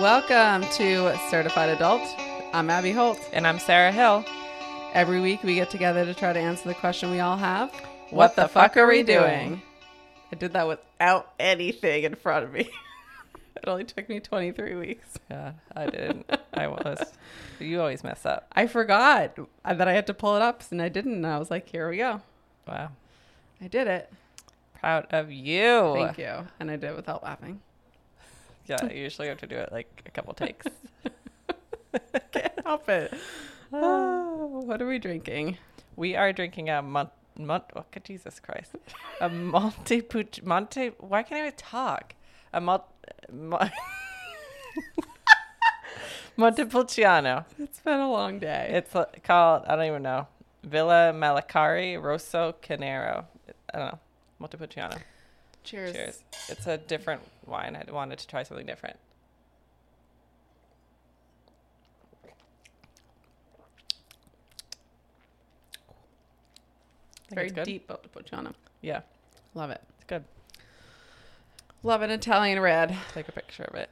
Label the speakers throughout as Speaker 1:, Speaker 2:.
Speaker 1: Welcome to Certified Adult. I'm Abby Holt.
Speaker 2: And I'm Sarah Hill.
Speaker 1: Every week we get together to try to answer the question we all have
Speaker 2: What the fuck are we doing?
Speaker 1: I did that without anything in front of me. it only took me 23 weeks.
Speaker 2: Yeah, I didn't. I was. You always mess up.
Speaker 1: I forgot that I had to pull it up and I didn't. And I was like, here we go.
Speaker 2: Wow.
Speaker 1: I did it.
Speaker 2: Proud of you.
Speaker 1: Thank you. And I did it without laughing.
Speaker 2: Yeah, I usually have to do it like a couple takes.
Speaker 1: Can't help it.
Speaker 2: Ah.
Speaker 1: Oh, what are we drinking?
Speaker 2: we are drinking a month. Mon- oh, good Jesus Christ. A Monte Pucci. Monte. Why can't I even talk? A Monte. Mon- Montepulciano.
Speaker 1: It's been a long day.
Speaker 2: It's uh, called, I don't even know, Villa Malacari Rosso Canero. I don't know. Montepulciano.
Speaker 1: Cheers.
Speaker 2: Cheers. It's a different wine. I wanted to try something different. I think
Speaker 1: Very
Speaker 2: it's good.
Speaker 1: deep Montepulciano.
Speaker 2: Yeah,
Speaker 1: Love it.
Speaker 2: it's good.
Speaker 1: Love an Italian red.
Speaker 2: Take a picture of it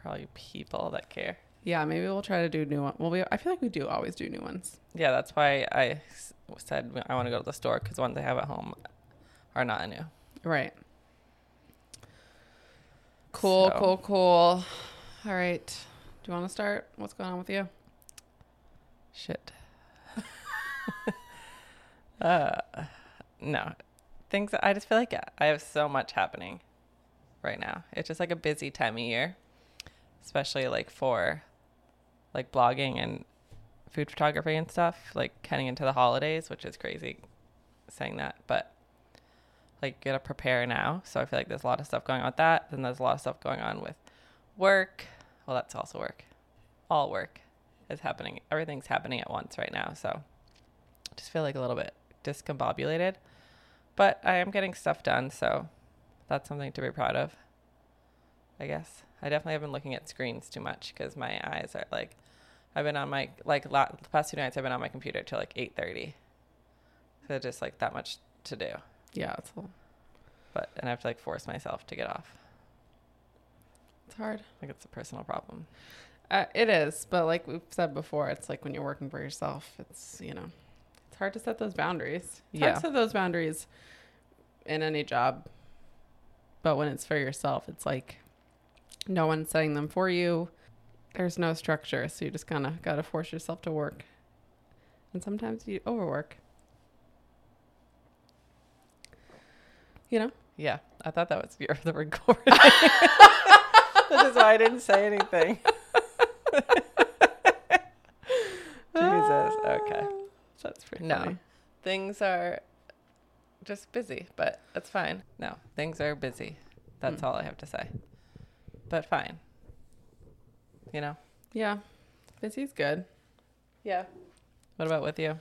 Speaker 2: for all you people that care.
Speaker 1: Yeah, maybe we'll try to do new one. Well, we I feel like we do always do new ones.
Speaker 2: Yeah, that's why I s- said I want to go to the store because ones I have at home are not new.
Speaker 1: Right. Cool,
Speaker 2: So-
Speaker 1: cool, cool. All right. Do you want to start? What's going on with you?
Speaker 2: Shit. uh, no, things. I just feel like I have so much happening right now. It's just like a busy time of year, especially like for like blogging and food photography and stuff. Like heading into the holidays, which is crazy, saying that, but like you gotta prepare now. So I feel like there's a lot of stuff going on with that. Then there's a lot of stuff going on with work. Well, that's also work. All work is happening. Everything's happening at once right now. So I just feel like a little bit discombobulated, but I am getting stuff done. So that's something to be proud of, I guess. I definitely have been looking at screens too much because my eyes are like, I've been on my, like la- the past two nights, I've been on my computer till like 8.30. So just like that much to do.
Speaker 1: Yeah, it's a-
Speaker 2: But, and I have to like force myself to get off.
Speaker 1: it's hard.
Speaker 2: I think it's a personal problem.
Speaker 1: Uh, it is, but like we've said before, it's like when you're working for yourself, it's you know, it's hard to set those boundaries. It's hard
Speaker 2: Yeah.
Speaker 1: to set those boundaries in any job, but when it's for yourself, it's like no one's setting them for you. There's no structure, so you just kind of got to force yourself to work, and sometimes you overwork. You know,
Speaker 2: Yeah, I thought that was your the recording. This is why I didn't say anything. Jesus. Okay.
Speaker 1: that's pretty
Speaker 2: No.
Speaker 1: funny.
Speaker 2: Things are just busy, but that's fine. No, things are busy. That's all I have to say. But fine. You know?
Speaker 1: Yeah, busy's good.
Speaker 2: Yeah. What about with you?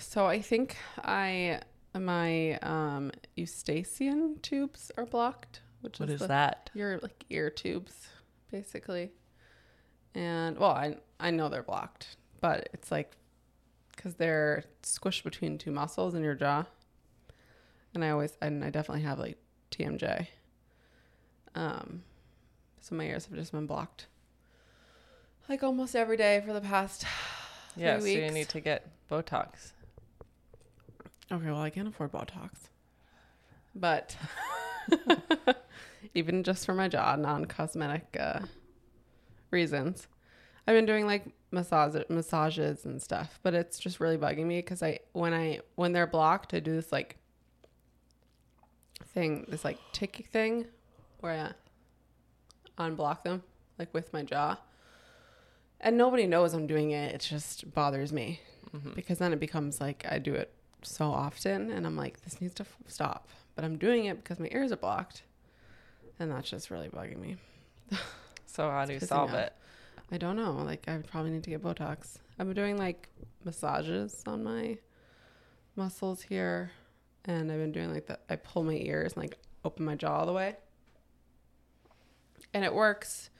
Speaker 1: So I think I my um eustachian tubes are blocked, which is the,
Speaker 2: that?
Speaker 1: your like ear tubes basically. And well, I I know they're blocked, but it's like cuz they're squished between two muscles in your jaw. And I always and I definitely have like TMJ. Um so my ears have just been blocked. Like almost every day for the past three
Speaker 2: Yeah, so
Speaker 1: weeks.
Speaker 2: you need to get Botox.
Speaker 1: Okay, well, I can't afford Botox. But even just for my jaw, non cosmetic uh, reasons, I've been doing like massage massages and stuff, but it's just really bugging me because I when I when they're blocked, I do this like thing, this like tick thing where I unblock them like with my jaw. And nobody knows I'm doing it. It just bothers me
Speaker 2: Mm-hmm.
Speaker 1: because then it becomes like I do it so often and I'm like, this needs to f- stop. But I'm doing it because my ears are blocked. And that's just really bugging me.
Speaker 2: So how do you
Speaker 1: It's pissing
Speaker 2: solve
Speaker 1: me off.
Speaker 2: it?
Speaker 1: I don't know. Like, I probably need to get Botox. I've been doing like massages on my muscles here. And I've been doing like the, I pull my ears and like open my jaw all the way. And it works.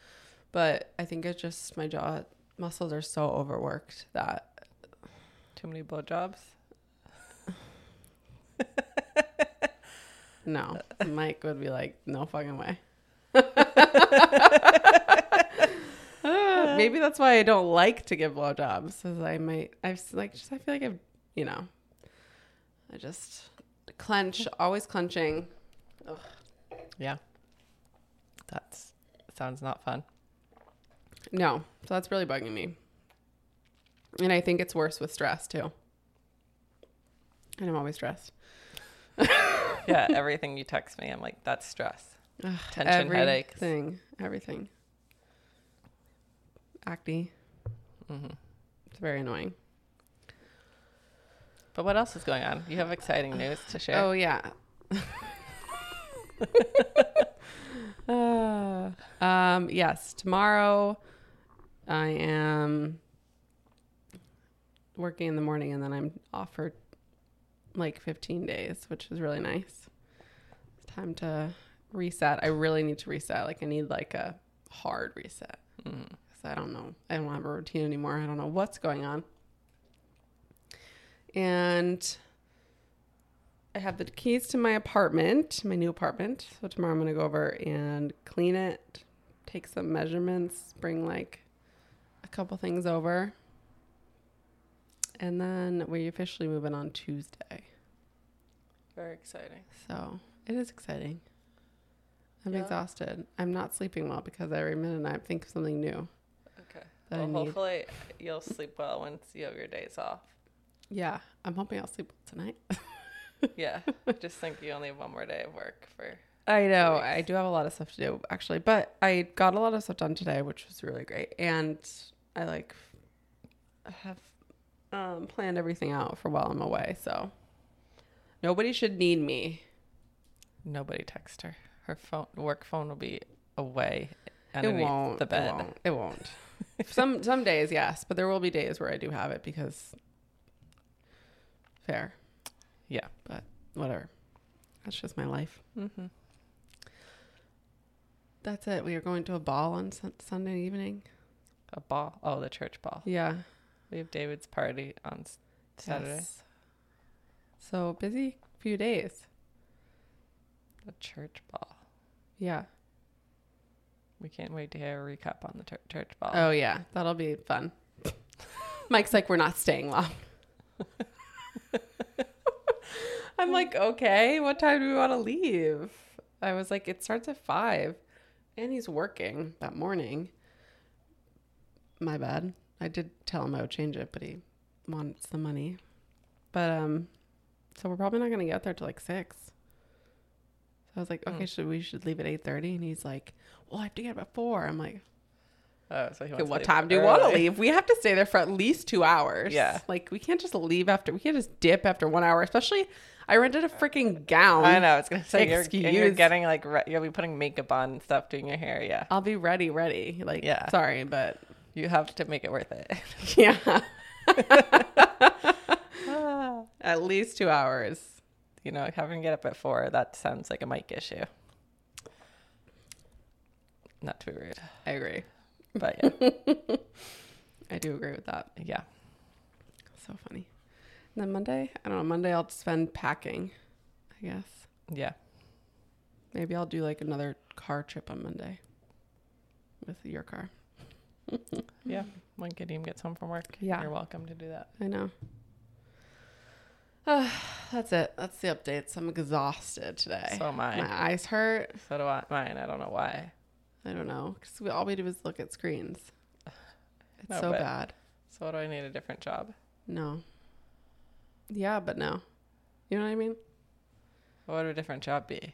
Speaker 1: But I think it's just my jaw muscles are so overworked that
Speaker 2: Too many blowjobs?
Speaker 1: No, Mike would be like, no fucking way. Ah, Maybe that's why I don't like to give blowjobs. Is I might I've s- like just I feel like I've you know I just clench always clenching.
Speaker 2: Yeah. That's sounds not fun.
Speaker 1: No, so that's really bugging me. And I think it's worse with stress too. And I'm always stressed.
Speaker 2: Yeah, everything you text me, I'm like, that's stress. Tension headaches.
Speaker 1: Everything, everything. Acne.
Speaker 2: hmm
Speaker 1: It's very annoying.
Speaker 2: But what else is going on? You have exciting news to share.
Speaker 1: Oh yeah. Uh, um, yes, tomorrow I am working in the morning and then I'm off for like 15 days, which is really nice. It's time to reset. I really need to reset. Like I need like a hard reset.
Speaker 2: Mm.
Speaker 1: 'Cause I don't know. I don't have a routine anymore. I don't know what's going on. And I have the keys to my apartment, my new apartment. So tomorrow I'm going to go over and clean it, take some measurements, bring like a couple things over. And then we officially move in on Tuesday.
Speaker 2: Very exciting.
Speaker 1: So it is exciting. I'm
Speaker 2: Yeah.
Speaker 1: exhausted. I'm not sleeping well because every minute I think of something new.
Speaker 2: Okay.
Speaker 1: that I
Speaker 2: well,
Speaker 1: need.
Speaker 2: hopefully you'll sleep well once you have your days off.
Speaker 1: Yeah, I'm hoping I'll sleep well tonight.
Speaker 2: Yeah. Just think you only have one more day of work for.
Speaker 1: I know.
Speaker 2: weeks.
Speaker 1: I do have a lot of stuff to do actually, but I got a lot of stuff done today, which was really great. And I like have um, planned everything out for while I'm away, so nobody should need me.
Speaker 2: Nobody text her. Her phone, work phone, will be away
Speaker 1: It
Speaker 2: underneath
Speaker 1: won't,
Speaker 2: the bed.
Speaker 1: it won't. It won't. some some days, yes, but there will be days where I do have it because fair.
Speaker 2: Yeah.
Speaker 1: but whatever. That's just my life.
Speaker 2: Mm-hmm.
Speaker 1: That's it. We are going to a ball on sun- Sunday evening.
Speaker 2: A ball. Oh, the church ball.
Speaker 1: Yeah.
Speaker 2: We have David's party on s- Saturday.
Speaker 1: Yes. So busy few days.
Speaker 2: The church ball.
Speaker 1: Yeah.
Speaker 2: We can't wait to hear a recap on the tur- church ball.
Speaker 1: Oh yeah, that'll be fun. Mike's like, we're not staying long. I'm like, okay, what time do we want to leave? I was like, it starts at five, and he's working that morning. My bad. I did tell him I would change it, but he wants the money. But um, so we're probably not gonna get there till like six. So I was like, okay, should we should leave at eight thirty? And he's like, well, I have to get up at four. I'm like,
Speaker 2: Oh, so he wants
Speaker 1: Okay,
Speaker 2: to
Speaker 1: what
Speaker 2: leave
Speaker 1: time do you want to
Speaker 2: early.
Speaker 1: leave? We have to stay there for at least two hours.
Speaker 2: Yeah.
Speaker 1: Like, we can't just leave after, we can't just dip after one hour, especially I rented a freaking gown.
Speaker 2: I know. It's gonna say you're, and you're
Speaker 1: Excuse.
Speaker 2: getting like re- you'll be putting makeup on and stuff, doing your hair. Yeah,
Speaker 1: I'll be ready, ready. Like,
Speaker 2: Yeah.
Speaker 1: sorry, but
Speaker 2: you have to make it worth it.
Speaker 1: yeah,
Speaker 2: Ah.
Speaker 1: at least two hours.
Speaker 2: you know, having to get up at four that sounds like a mic issue. Not to be rude,
Speaker 1: I agree.
Speaker 2: but yeah,
Speaker 1: I do agree with that.
Speaker 2: yeah.
Speaker 1: So funny. And then Monday, I don't know, Monday I'll spend packing, I guess.
Speaker 2: yeah.
Speaker 1: Maybe I'll do like another car trip on Monday with your car.
Speaker 2: When Gideon gets home from work,
Speaker 1: Yeah.
Speaker 2: you're welcome to do that.
Speaker 1: I know. Uh, that's it. That's the updates. I'm exhausted today.
Speaker 2: So am I.
Speaker 1: My eyes hurt.
Speaker 2: So do I. Mine. I don't know why.
Speaker 1: I don't know because we all we do is look at screens. It's
Speaker 2: No,
Speaker 1: so
Speaker 2: but-
Speaker 1: bad.
Speaker 2: So do I need a different job?
Speaker 1: No. Yeah, but no. You know what I mean?
Speaker 2: What would a different job be?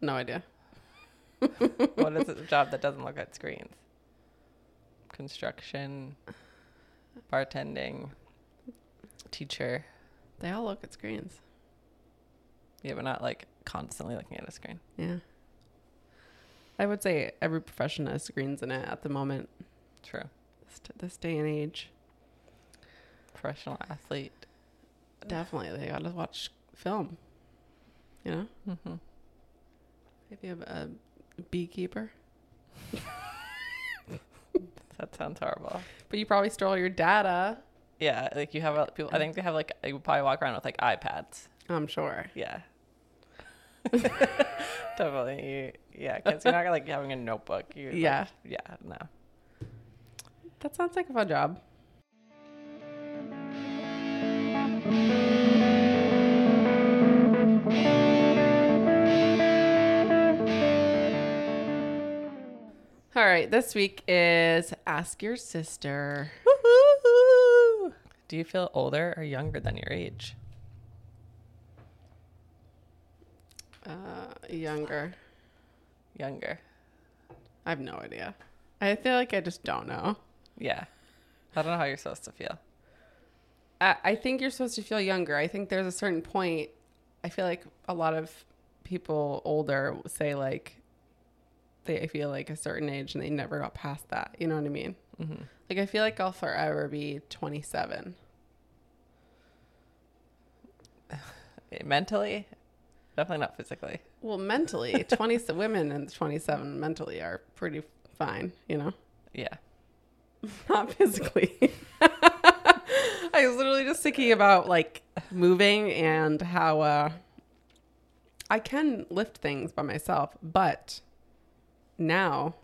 Speaker 1: No idea.
Speaker 2: what is a job that doesn't look at screens? Construction, bartending, teacher.
Speaker 1: They all look at screens.
Speaker 2: Yeah, but not like constantly looking at a screen.
Speaker 1: Yeah. I would say every profession has screens in it at the moment.
Speaker 2: True.
Speaker 1: This, this day and age,
Speaker 2: Professional athlete.
Speaker 1: definitely they got to watch film. You know,
Speaker 2: Mm-hmm.
Speaker 1: maybe a, a beekeeper.
Speaker 2: That sounds horrible.
Speaker 1: But you probably stole your data.
Speaker 2: Yeah, like you have a- people. I think they have like you probably walk around with like iPads.
Speaker 1: I'm sure.
Speaker 2: Yeah, Definitely. Yeah, because you're not like having a notebook. You, like,
Speaker 1: Yeah.
Speaker 2: yeah, no.
Speaker 1: That sounds like a fun job. All right, this week is Ask Your Sister.
Speaker 2: Woohoo! Do you feel older or younger than your age?
Speaker 1: Uh, younger.
Speaker 2: Younger.
Speaker 1: I have no idea. I feel like I just don't know.
Speaker 2: Yeah. I don't know how you're supposed to feel.
Speaker 1: I, I think you're supposed to feel younger. I think there's a certain point. I feel like a lot of people older say like they feel like a certain age and they never got past that. You know what I mean?
Speaker 2: Mhm.
Speaker 1: Like I feel like I'll forever be 27.
Speaker 2: Eh, Mentally, definitely not physically.
Speaker 1: Well, mentally, 20 women and 27 mentally are pretty fine. You know,
Speaker 2: Yeah.
Speaker 1: not physically. I was literally just thinking about like moving and how uh, I can lift things by myself, but now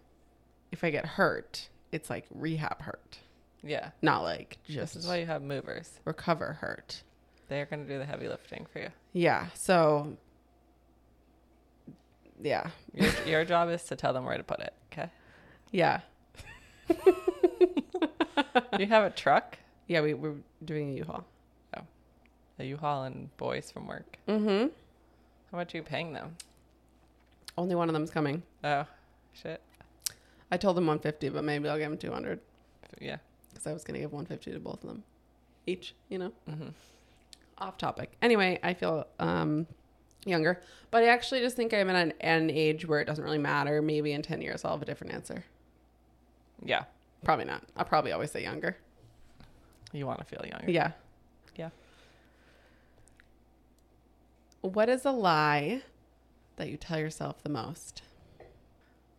Speaker 1: if I get hurt, it's like rehab hurt,
Speaker 2: Yeah.
Speaker 1: not like
Speaker 2: This
Speaker 1: just
Speaker 2: is why you have movers.
Speaker 1: recover hurt.
Speaker 2: They're going to do the heavy lifting for you.
Speaker 1: Yeah. So, yeah.
Speaker 2: Your, your job is to tell them where to put it. Okay.
Speaker 1: Yeah.
Speaker 2: Do you have a truck?
Speaker 1: Yeah. We, we're doing a U haul.
Speaker 2: Are you hauling boys from work?
Speaker 1: Mm hmm.
Speaker 2: How much are you paying them?
Speaker 1: Only one of them's coming.
Speaker 2: Oh, shit.
Speaker 1: I told them 150, but maybe I'll give them 200
Speaker 2: Yeah.
Speaker 1: because I was going to give 150 to both of them each, you know?
Speaker 2: Mm-hmm.
Speaker 1: Off topic. Anyway, I feel um, younger, but I actually just think I'm at an, at an age where it doesn't really matter. Maybe in 10 years, I'll have a different answer.
Speaker 2: Yeah.
Speaker 1: Probably not. I'll probably always say younger.
Speaker 2: You want to feel younger.
Speaker 1: Yeah.
Speaker 2: Yeah.
Speaker 1: What is a lie that you tell yourself the most?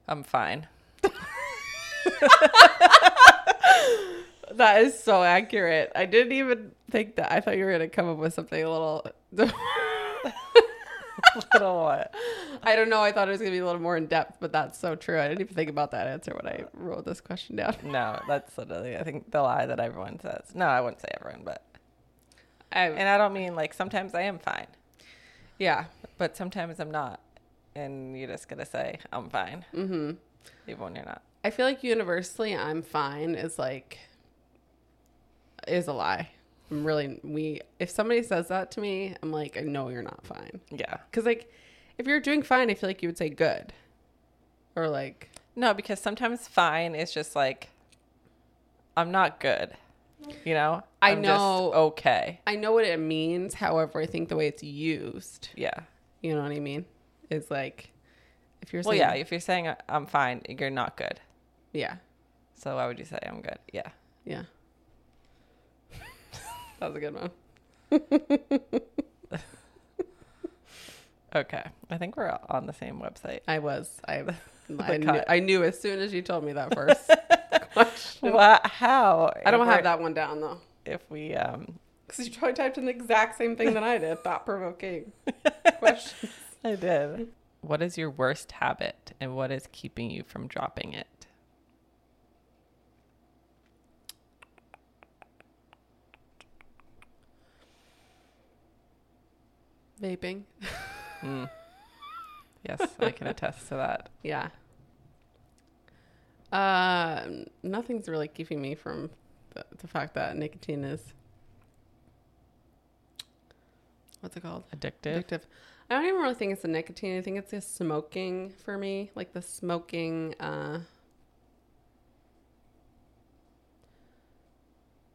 Speaker 2: I'm fine.
Speaker 1: That is so accurate. I didn't even think that. I thought you were going to come up with something a little.
Speaker 2: Little what?
Speaker 1: I don't know. I thought it was going to be a little more in depth, but that's so true. I didn't even think about that answer when I wrote this question down.
Speaker 2: No, that's literally, I think, the lie that everyone says. No, I wouldn't say everyone, but.
Speaker 1: I,
Speaker 2: And I don't mean like sometimes I am fine,
Speaker 1: yeah.
Speaker 2: but sometimes I'm not. And you just got to say, I'm fine,
Speaker 1: Mm-hmm.
Speaker 2: even when you're not.
Speaker 1: I feel like universally, I'm fine is like, is a lie. I'm really, we, if somebody says that to me, I'm like, I know you're not fine.
Speaker 2: Yeah.
Speaker 1: Cause like, if you're doing fine, I feel like you would say good or like,
Speaker 2: No, because sometimes fine is just like, I'm not good. You know?
Speaker 1: I
Speaker 2: I'm
Speaker 1: know.
Speaker 2: Just okay.
Speaker 1: I know what it means. However, I think the way it's used,
Speaker 2: Yeah.
Speaker 1: you know what I mean? Is like, if you're
Speaker 2: Well,
Speaker 1: saying,
Speaker 2: yeah. If you're saying "I- I'm fine, you're not good.
Speaker 1: yeah,
Speaker 2: So why would you say I'm good? Yeah.
Speaker 1: yeah. that was a good one.
Speaker 2: Okay. I think we're on the same website.
Speaker 1: I was, I, I, knew,
Speaker 2: cut.
Speaker 1: I knew as soon as you told me that first question.
Speaker 2: What? How?
Speaker 1: I don't
Speaker 2: If
Speaker 1: have
Speaker 2: we're-
Speaker 1: that one down though.
Speaker 2: If we, um,
Speaker 1: Because you probably typed in the exact same thing that I did. Thought provoking question.
Speaker 2: I did. What is your worst habit and what is keeping you from dropping it?
Speaker 1: Vaping.
Speaker 2: Mm. yes, I can attest to that.
Speaker 1: Yeah. Uh, nothing's really keeping me from the, the fact that nicotine is. What's it called?
Speaker 2: Addictive.
Speaker 1: Addictive. I don't even really think it's the nicotine. I think it's the smoking for me, like the smoking, uh,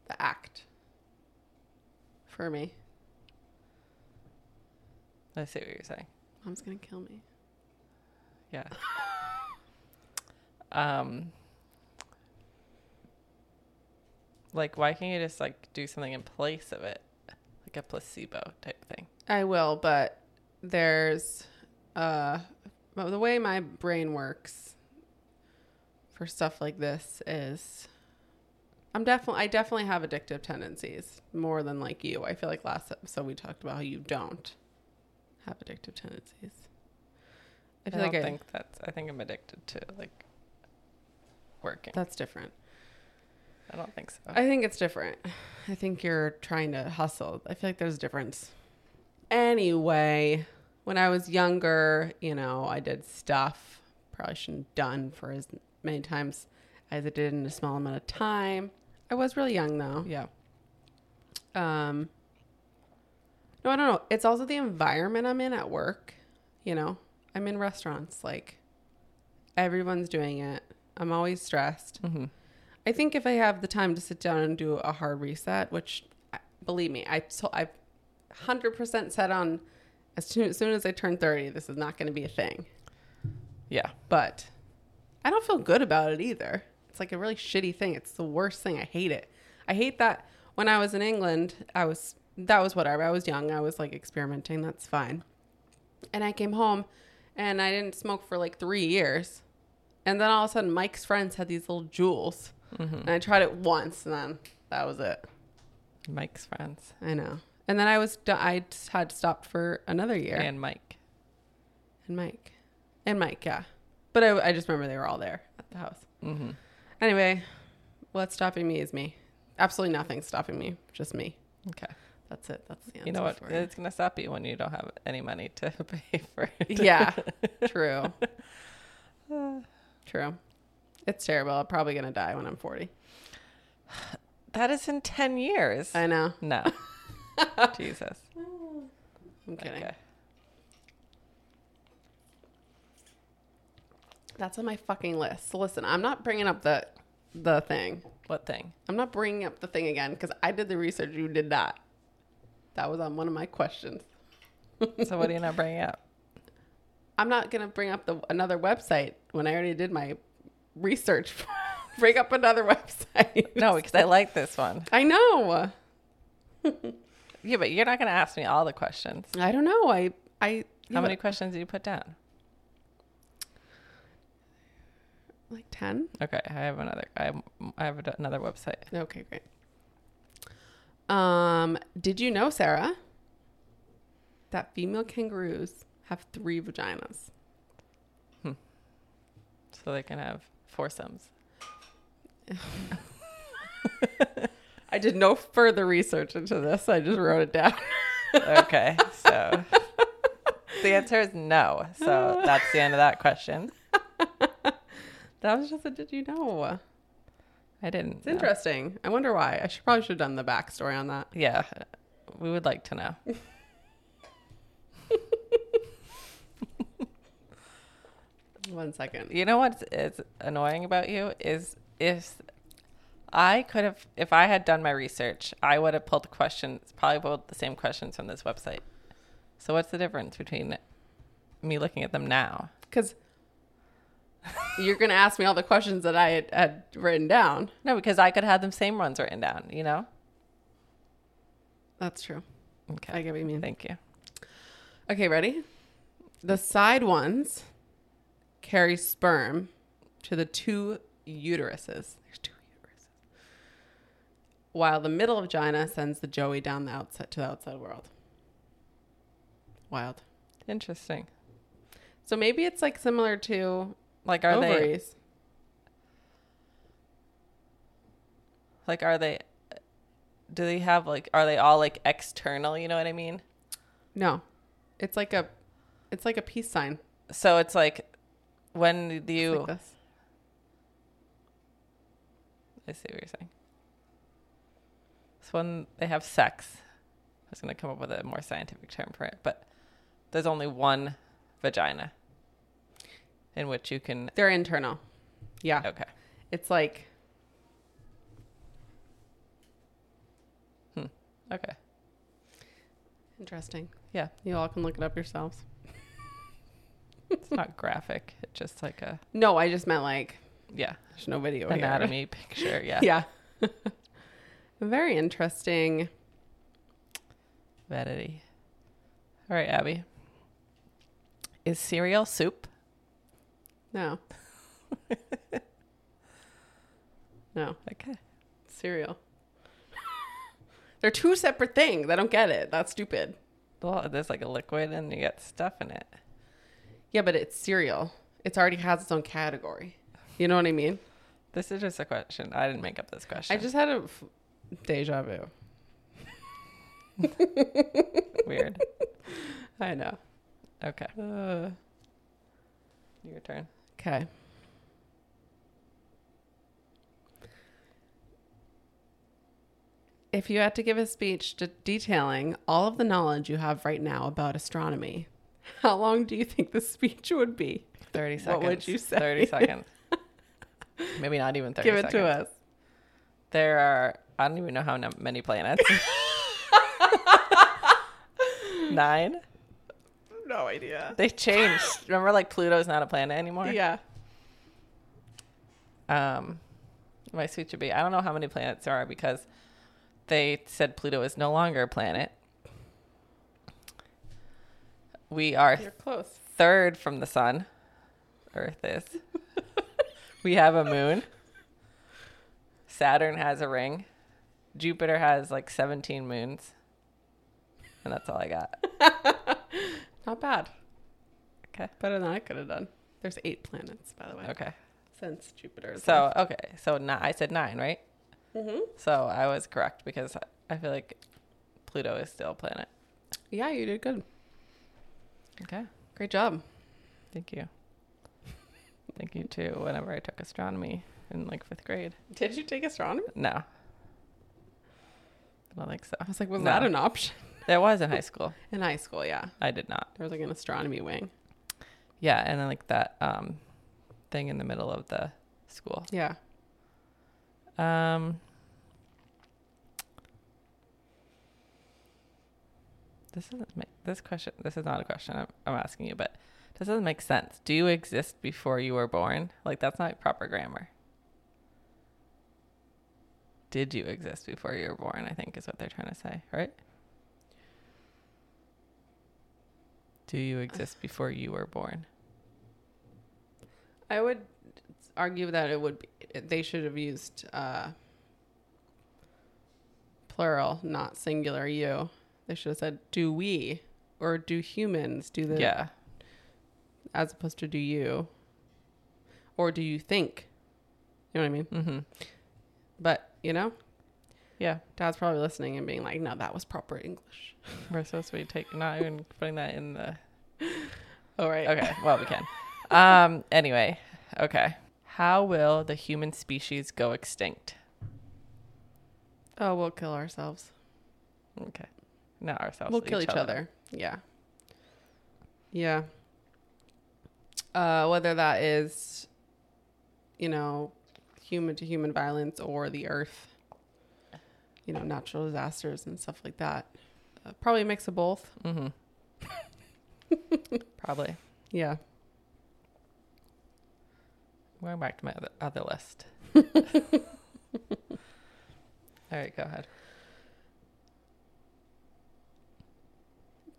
Speaker 1: the act for me.
Speaker 2: I see what you're saying.
Speaker 1: Mom's gonna kill me.
Speaker 2: Yeah. um like why can't you just like do something in place of it? Like a placebo type thing.
Speaker 1: I will, but there's uh but the way my brain works for stuff like this is I'm definitely I definitely have addictive tendencies more than like you. I feel like last episode we talked about how you don't have addictive tendencies. I
Speaker 2: I
Speaker 1: feel
Speaker 2: don't
Speaker 1: like I,
Speaker 2: think that's. I think I'm addicted to like working.
Speaker 1: that's different.
Speaker 2: I don't think so.
Speaker 1: I think it's different. I think you're trying to hustle. I feel like there's a difference. Anyway, when I was younger, you know, I did stuff probably shouldn't have done for as many times as I did in a small amount of time. I was really young though. Yeah. Um No, I don't know. It's also the environment I'm in at work, you know. I'm in restaurants like everyone's doing it. I'm always stressed.
Speaker 2: mm-hmm.
Speaker 1: I think if I have the time to sit down and do a hard reset, which I- believe me, I so I 100% set on as soon, as soon as I turn 30, this is not going to be a thing.
Speaker 2: Yeah.
Speaker 1: But I don't feel good about it either. It's like a really shitty thing. It's the worst thing. I hate it. I hate that when I was in England, I was that was whatever. I was young. I was like experimenting. That's fine. And I came home and I didn't smoke for like 3 years. And then all of a sudden Mike's friends had these little jewels. And I tried it once and then that was it.
Speaker 2: Mike's friends
Speaker 1: I know. And then I was do- I just had stopped for another year.
Speaker 2: and Mike.
Speaker 1: and Mike. And Mike, yeah. But I, I just remember they were all there at the house.
Speaker 2: Mm-hmm.
Speaker 1: Anyway, what's stopping me is me. Absolutely nothing's stopping me. Just me.
Speaker 2: Okay.
Speaker 1: That's it. That's the answer.
Speaker 2: you know what?
Speaker 1: for it.
Speaker 2: It's gonna stop you when you don't have any money to pay for it.
Speaker 1: yeah. True. True. It's terrible. I'm probably gonna die when I'm 40.
Speaker 2: That is in ten years.
Speaker 1: I know.
Speaker 2: no. Jesus.
Speaker 1: I'm kidding.
Speaker 2: Okay.
Speaker 1: That's on my fucking list. So listen, I'm not bringing up the the thing.
Speaker 2: What thing?
Speaker 1: I'm not bringing up the thing again because I did the research. You did not. That was on one of my questions.
Speaker 2: So what are you not bringing up?
Speaker 1: I'm not gonna bring up the another website when I already did my research. bring up another website.
Speaker 2: No, because I like this one.
Speaker 1: I know.
Speaker 2: Yeah, but you're not gonna ask me all the questions.
Speaker 1: I don't know. I I
Speaker 2: How
Speaker 1: yeah,
Speaker 2: many questions did you put down?
Speaker 1: but- Like ten.
Speaker 2: Okay, I have another. I have, I have another website.
Speaker 1: Okay, great. Um, did you know, Sarah, that female kangaroos have three vaginas?
Speaker 2: so they can have foursomes.
Speaker 1: I did no further research into this. I just wrote it down.
Speaker 2: Okay, so the answer is no. So that's the end of that question.
Speaker 1: That was just a did you know?
Speaker 2: I didn't.
Speaker 1: It's
Speaker 2: know.
Speaker 1: interesting. I wonder why. I should probably should have done the backstory on that.
Speaker 2: Yeah, we would like to know.
Speaker 1: One second.
Speaker 2: You know what is annoying about you is if I could have, if I had done my research, I would have pulled questions, probably pulled the same questions from this website. So what's the difference between me looking at them now?
Speaker 1: Because you're going to ask me all the questions that I had, had written down.
Speaker 2: No, because I could have the same ones written down. You know.
Speaker 1: That's true.
Speaker 2: Okay.
Speaker 1: I get what you mean.
Speaker 2: Thank you.
Speaker 1: Okay, ready? The side ones carry sperm to the two uteruses. There's two uteruses. While the middle vagina sends the joey down the outside to the outside world. Wild.
Speaker 2: Interesting.
Speaker 1: So maybe it's like similar to
Speaker 2: Like, are they
Speaker 1: ovaries.
Speaker 2: Like, are they? Do they have like? Are they all like external? You know what I mean?
Speaker 1: No. It's like a it's like a peace sign.
Speaker 2: So it's like when
Speaker 1: It's
Speaker 2: you.
Speaker 1: like this.
Speaker 2: I see what you're saying. So when they have sex, I was gonna come up with a more scientific term for it, but there's only one vagina in which you can.
Speaker 1: They're internal. Yeah.
Speaker 2: Okay.
Speaker 1: It's like
Speaker 2: Okay.
Speaker 1: interesting.
Speaker 2: Yeah.
Speaker 1: You all can look it up yourselves.
Speaker 2: It's not graphic. It's just like a
Speaker 1: No, I just meant like
Speaker 2: Oh, yeah
Speaker 1: there's no video here.
Speaker 2: anatomy picture. Yeah.
Speaker 1: Yeah. Very interesting.
Speaker 2: Vanity. All right, Abby. Is cereal soup?
Speaker 1: No. no.
Speaker 2: Okay.
Speaker 1: Cereal. They're two separate things. I don't get it. That's stupid.
Speaker 2: Well, there's like a liquid and you got stuff in it.
Speaker 1: Yeah, but it's cereal. It's already has its own category. You know what I mean?
Speaker 2: This is just a question. I didn't make up this question.
Speaker 1: I just had a f- deja vu.
Speaker 2: Weird.
Speaker 1: I know.
Speaker 2: Okay.
Speaker 1: Uh,
Speaker 2: Your turn.
Speaker 1: okay. If you had to give a speech de- detailing all of the knowledge you have right now about astronomy, how long do you think the speech would be?
Speaker 2: 30
Speaker 1: What
Speaker 2: seconds.
Speaker 1: would you say?
Speaker 2: 30 seconds. Maybe not even 30
Speaker 1: give it
Speaker 2: seconds.
Speaker 1: to us.
Speaker 2: There are, I don't even know how num- many planets. Nine?
Speaker 1: No idea.
Speaker 2: They changed. Remember, like, Pluto's not a planet anymore?
Speaker 1: Yeah.
Speaker 2: Um, my speech would be I don't know how many planets there are because they said Pluto is no longer a planet. We are
Speaker 1: You're close.
Speaker 2: third from the sun. Earth is. we have a moon. Saturn has a ring. Jupiter has like 17 moons. And that's all I got.
Speaker 1: Not bad.
Speaker 2: Okay.
Speaker 1: Better than I could have done. There's eight planets, by the way,
Speaker 2: Okay.
Speaker 1: since Jupiter.
Speaker 2: So, okay. So ni- I said nine, right?
Speaker 1: hmm
Speaker 2: So I was correct because I feel like Pluto is still a planet.
Speaker 1: yeah, you did good.
Speaker 2: Okay.
Speaker 1: Great job.
Speaker 2: Thank you. Thank you too. Whenever I took astronomy in like fifth grade.
Speaker 1: Did you take astronomy?
Speaker 2: No. I don't think so.
Speaker 1: I was like, was
Speaker 2: No.
Speaker 1: that an option
Speaker 2: That was in high school.
Speaker 1: in high school? Yeah,
Speaker 2: I did not.
Speaker 1: there was like an astronomy wing.
Speaker 2: Yeah, and then like that um thing in the middle of the school.
Speaker 1: Yeah,
Speaker 2: Um This doesn't make this question this is not a question I'm, I'm asking you, but this doesn't make sense. Do you exist before you were born? Like that's not proper grammar. Did you exist before you were born? I think is what they're trying to say, right? Do you exist before you were born?
Speaker 1: I would argue that it would. Be, they should have used uh, plural, not singular. You. They should have said, "Do we?" or "Do humans?" Do the
Speaker 2: yeah.
Speaker 1: as opposed to "Do you?" or "Do you think?" You know what I mean?
Speaker 2: Mm-hmm.
Speaker 1: But you know,
Speaker 2: Yeah.
Speaker 1: Dad's probably listening and being like, "No, that was proper English."
Speaker 2: We're supposed to be taking not even putting that in the
Speaker 1: All Oh, right.
Speaker 2: Okay, well we can. Um anyway, okay. How will the human species go extinct?
Speaker 1: Oh, we'll kill ourselves.
Speaker 2: Okay. Not ourselves.
Speaker 1: we'll kill each other. Yeah. Yeah. Uh, whether that is, you know, human to human violence or the earth, you know, natural disasters and stuff like that. Uh, probably a mix of both.
Speaker 2: Mhm. Mm-hmm. Probably.
Speaker 1: Yeah.
Speaker 2: Going back to my other, other list. All right, go ahead.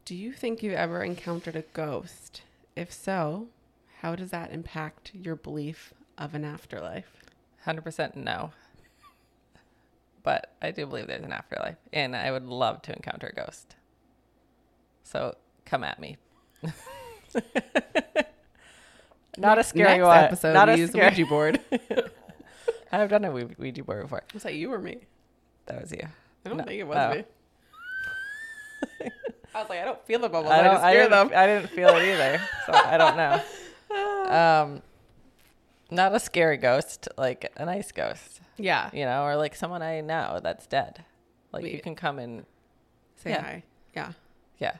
Speaker 1: Do you think you've ever encountered a ghost? If so, how does that impact your belief of an afterlife?
Speaker 2: 100% no. But I do believe there's an afterlife, and I would love to encounter a ghost. So come at me. not a
Speaker 1: Next-
Speaker 2: scary
Speaker 1: next
Speaker 2: one.
Speaker 1: episode,
Speaker 2: not
Speaker 1: we
Speaker 2: a
Speaker 1: use the
Speaker 2: scary.
Speaker 1: Ouija board.
Speaker 2: I've done a Ouija Ouija board before.
Speaker 1: Was that you or me?
Speaker 2: That was you.
Speaker 1: I don't
Speaker 2: No.
Speaker 1: think it was
Speaker 2: Oh.
Speaker 1: me. I was like, I don't feel the bubbles.
Speaker 2: I,
Speaker 1: I,
Speaker 2: don't,
Speaker 1: just
Speaker 2: I,
Speaker 1: hear
Speaker 2: didn't,
Speaker 1: them.
Speaker 2: I didn't feel it either, so I don't know. Um, not a scary ghost, like a nice ghost,
Speaker 1: Yeah.
Speaker 2: you know, or like someone I know that's dead. Like
Speaker 1: We-
Speaker 2: you can come and
Speaker 1: Say
Speaker 2: Yeah.
Speaker 1: hi. Yeah.
Speaker 2: Yeah.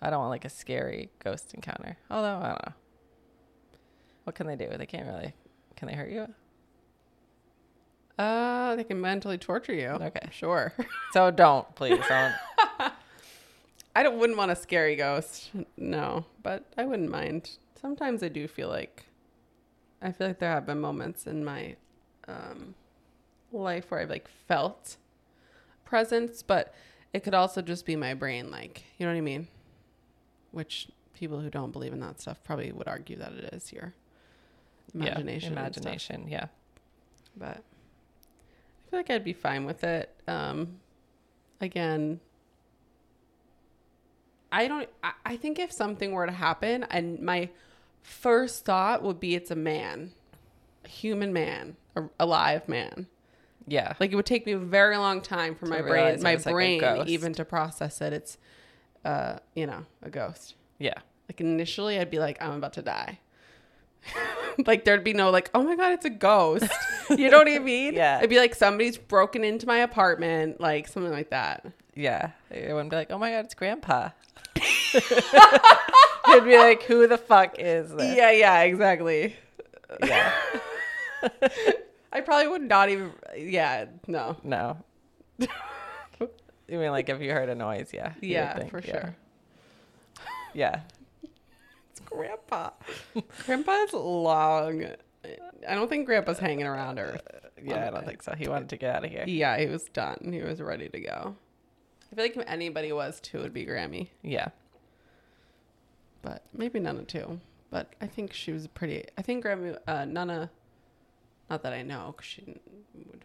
Speaker 2: I don't want like a scary ghost encounter. Although I don't know. What can they do? They can't really can they hurt you?
Speaker 1: Uh, they can mentally torture you.
Speaker 2: Okay.
Speaker 1: Sure.
Speaker 2: So don't please don't
Speaker 1: I don't wouldn't want a scary ghost. No, but I wouldn't mind. Sometimes I do feel like I feel like there have been moments in my um life where I've like felt presence, but it could also just be my brain like, you know what I mean? Which people who don't believe in that stuff probably would argue that it is your
Speaker 2: Yeah,
Speaker 1: imagination. and stuff.
Speaker 2: imagination, yeah.
Speaker 1: but I feel like I'd be fine with it. Um, again, I don't. I, I think if something were to happen, and my first thought would be it's a man, a human man, a, a live man.
Speaker 2: Yeah.
Speaker 1: Like it would take me a very long time for my
Speaker 2: realize
Speaker 1: brain,
Speaker 2: it
Speaker 1: my
Speaker 2: was like a
Speaker 1: brain
Speaker 2: ghost.
Speaker 1: even to process that it's, uh, you know, a ghost.
Speaker 2: Yeah.
Speaker 1: Like initially, I'd be like, I'm about to die. like there'd be no like, oh my god, it's a ghost. you know what I mean?
Speaker 2: Yeah.
Speaker 1: It'd be like somebody's broken into my apartment, like something like that.
Speaker 2: Yeah. It wouldn't be like, oh my God, it's grandpa. You'd be like, who the fuck is this?
Speaker 1: Yeah, yeah, exactly.
Speaker 2: Yeah.
Speaker 1: I probably would not even. Yeah, no.
Speaker 2: No. You mean like if you heard a noise? Yeah. you would
Speaker 1: Yeah,
Speaker 2: think,
Speaker 1: for
Speaker 2: yeah.
Speaker 1: sure.
Speaker 2: Yeah.
Speaker 1: It's grandpa. Grandpa's long. I don't think grandpa's hanging around Earth.
Speaker 2: Yeah, I don't think so. He wanted to get out of here.
Speaker 1: Yeah, he was done. He was ready to go. I feel like if anybody was two, it'd be Grammy,
Speaker 2: Yeah.
Speaker 1: but maybe Nana too. But I think she was pretty. I think Grammy, uh, Nana, not that I know, 'cause she didn't,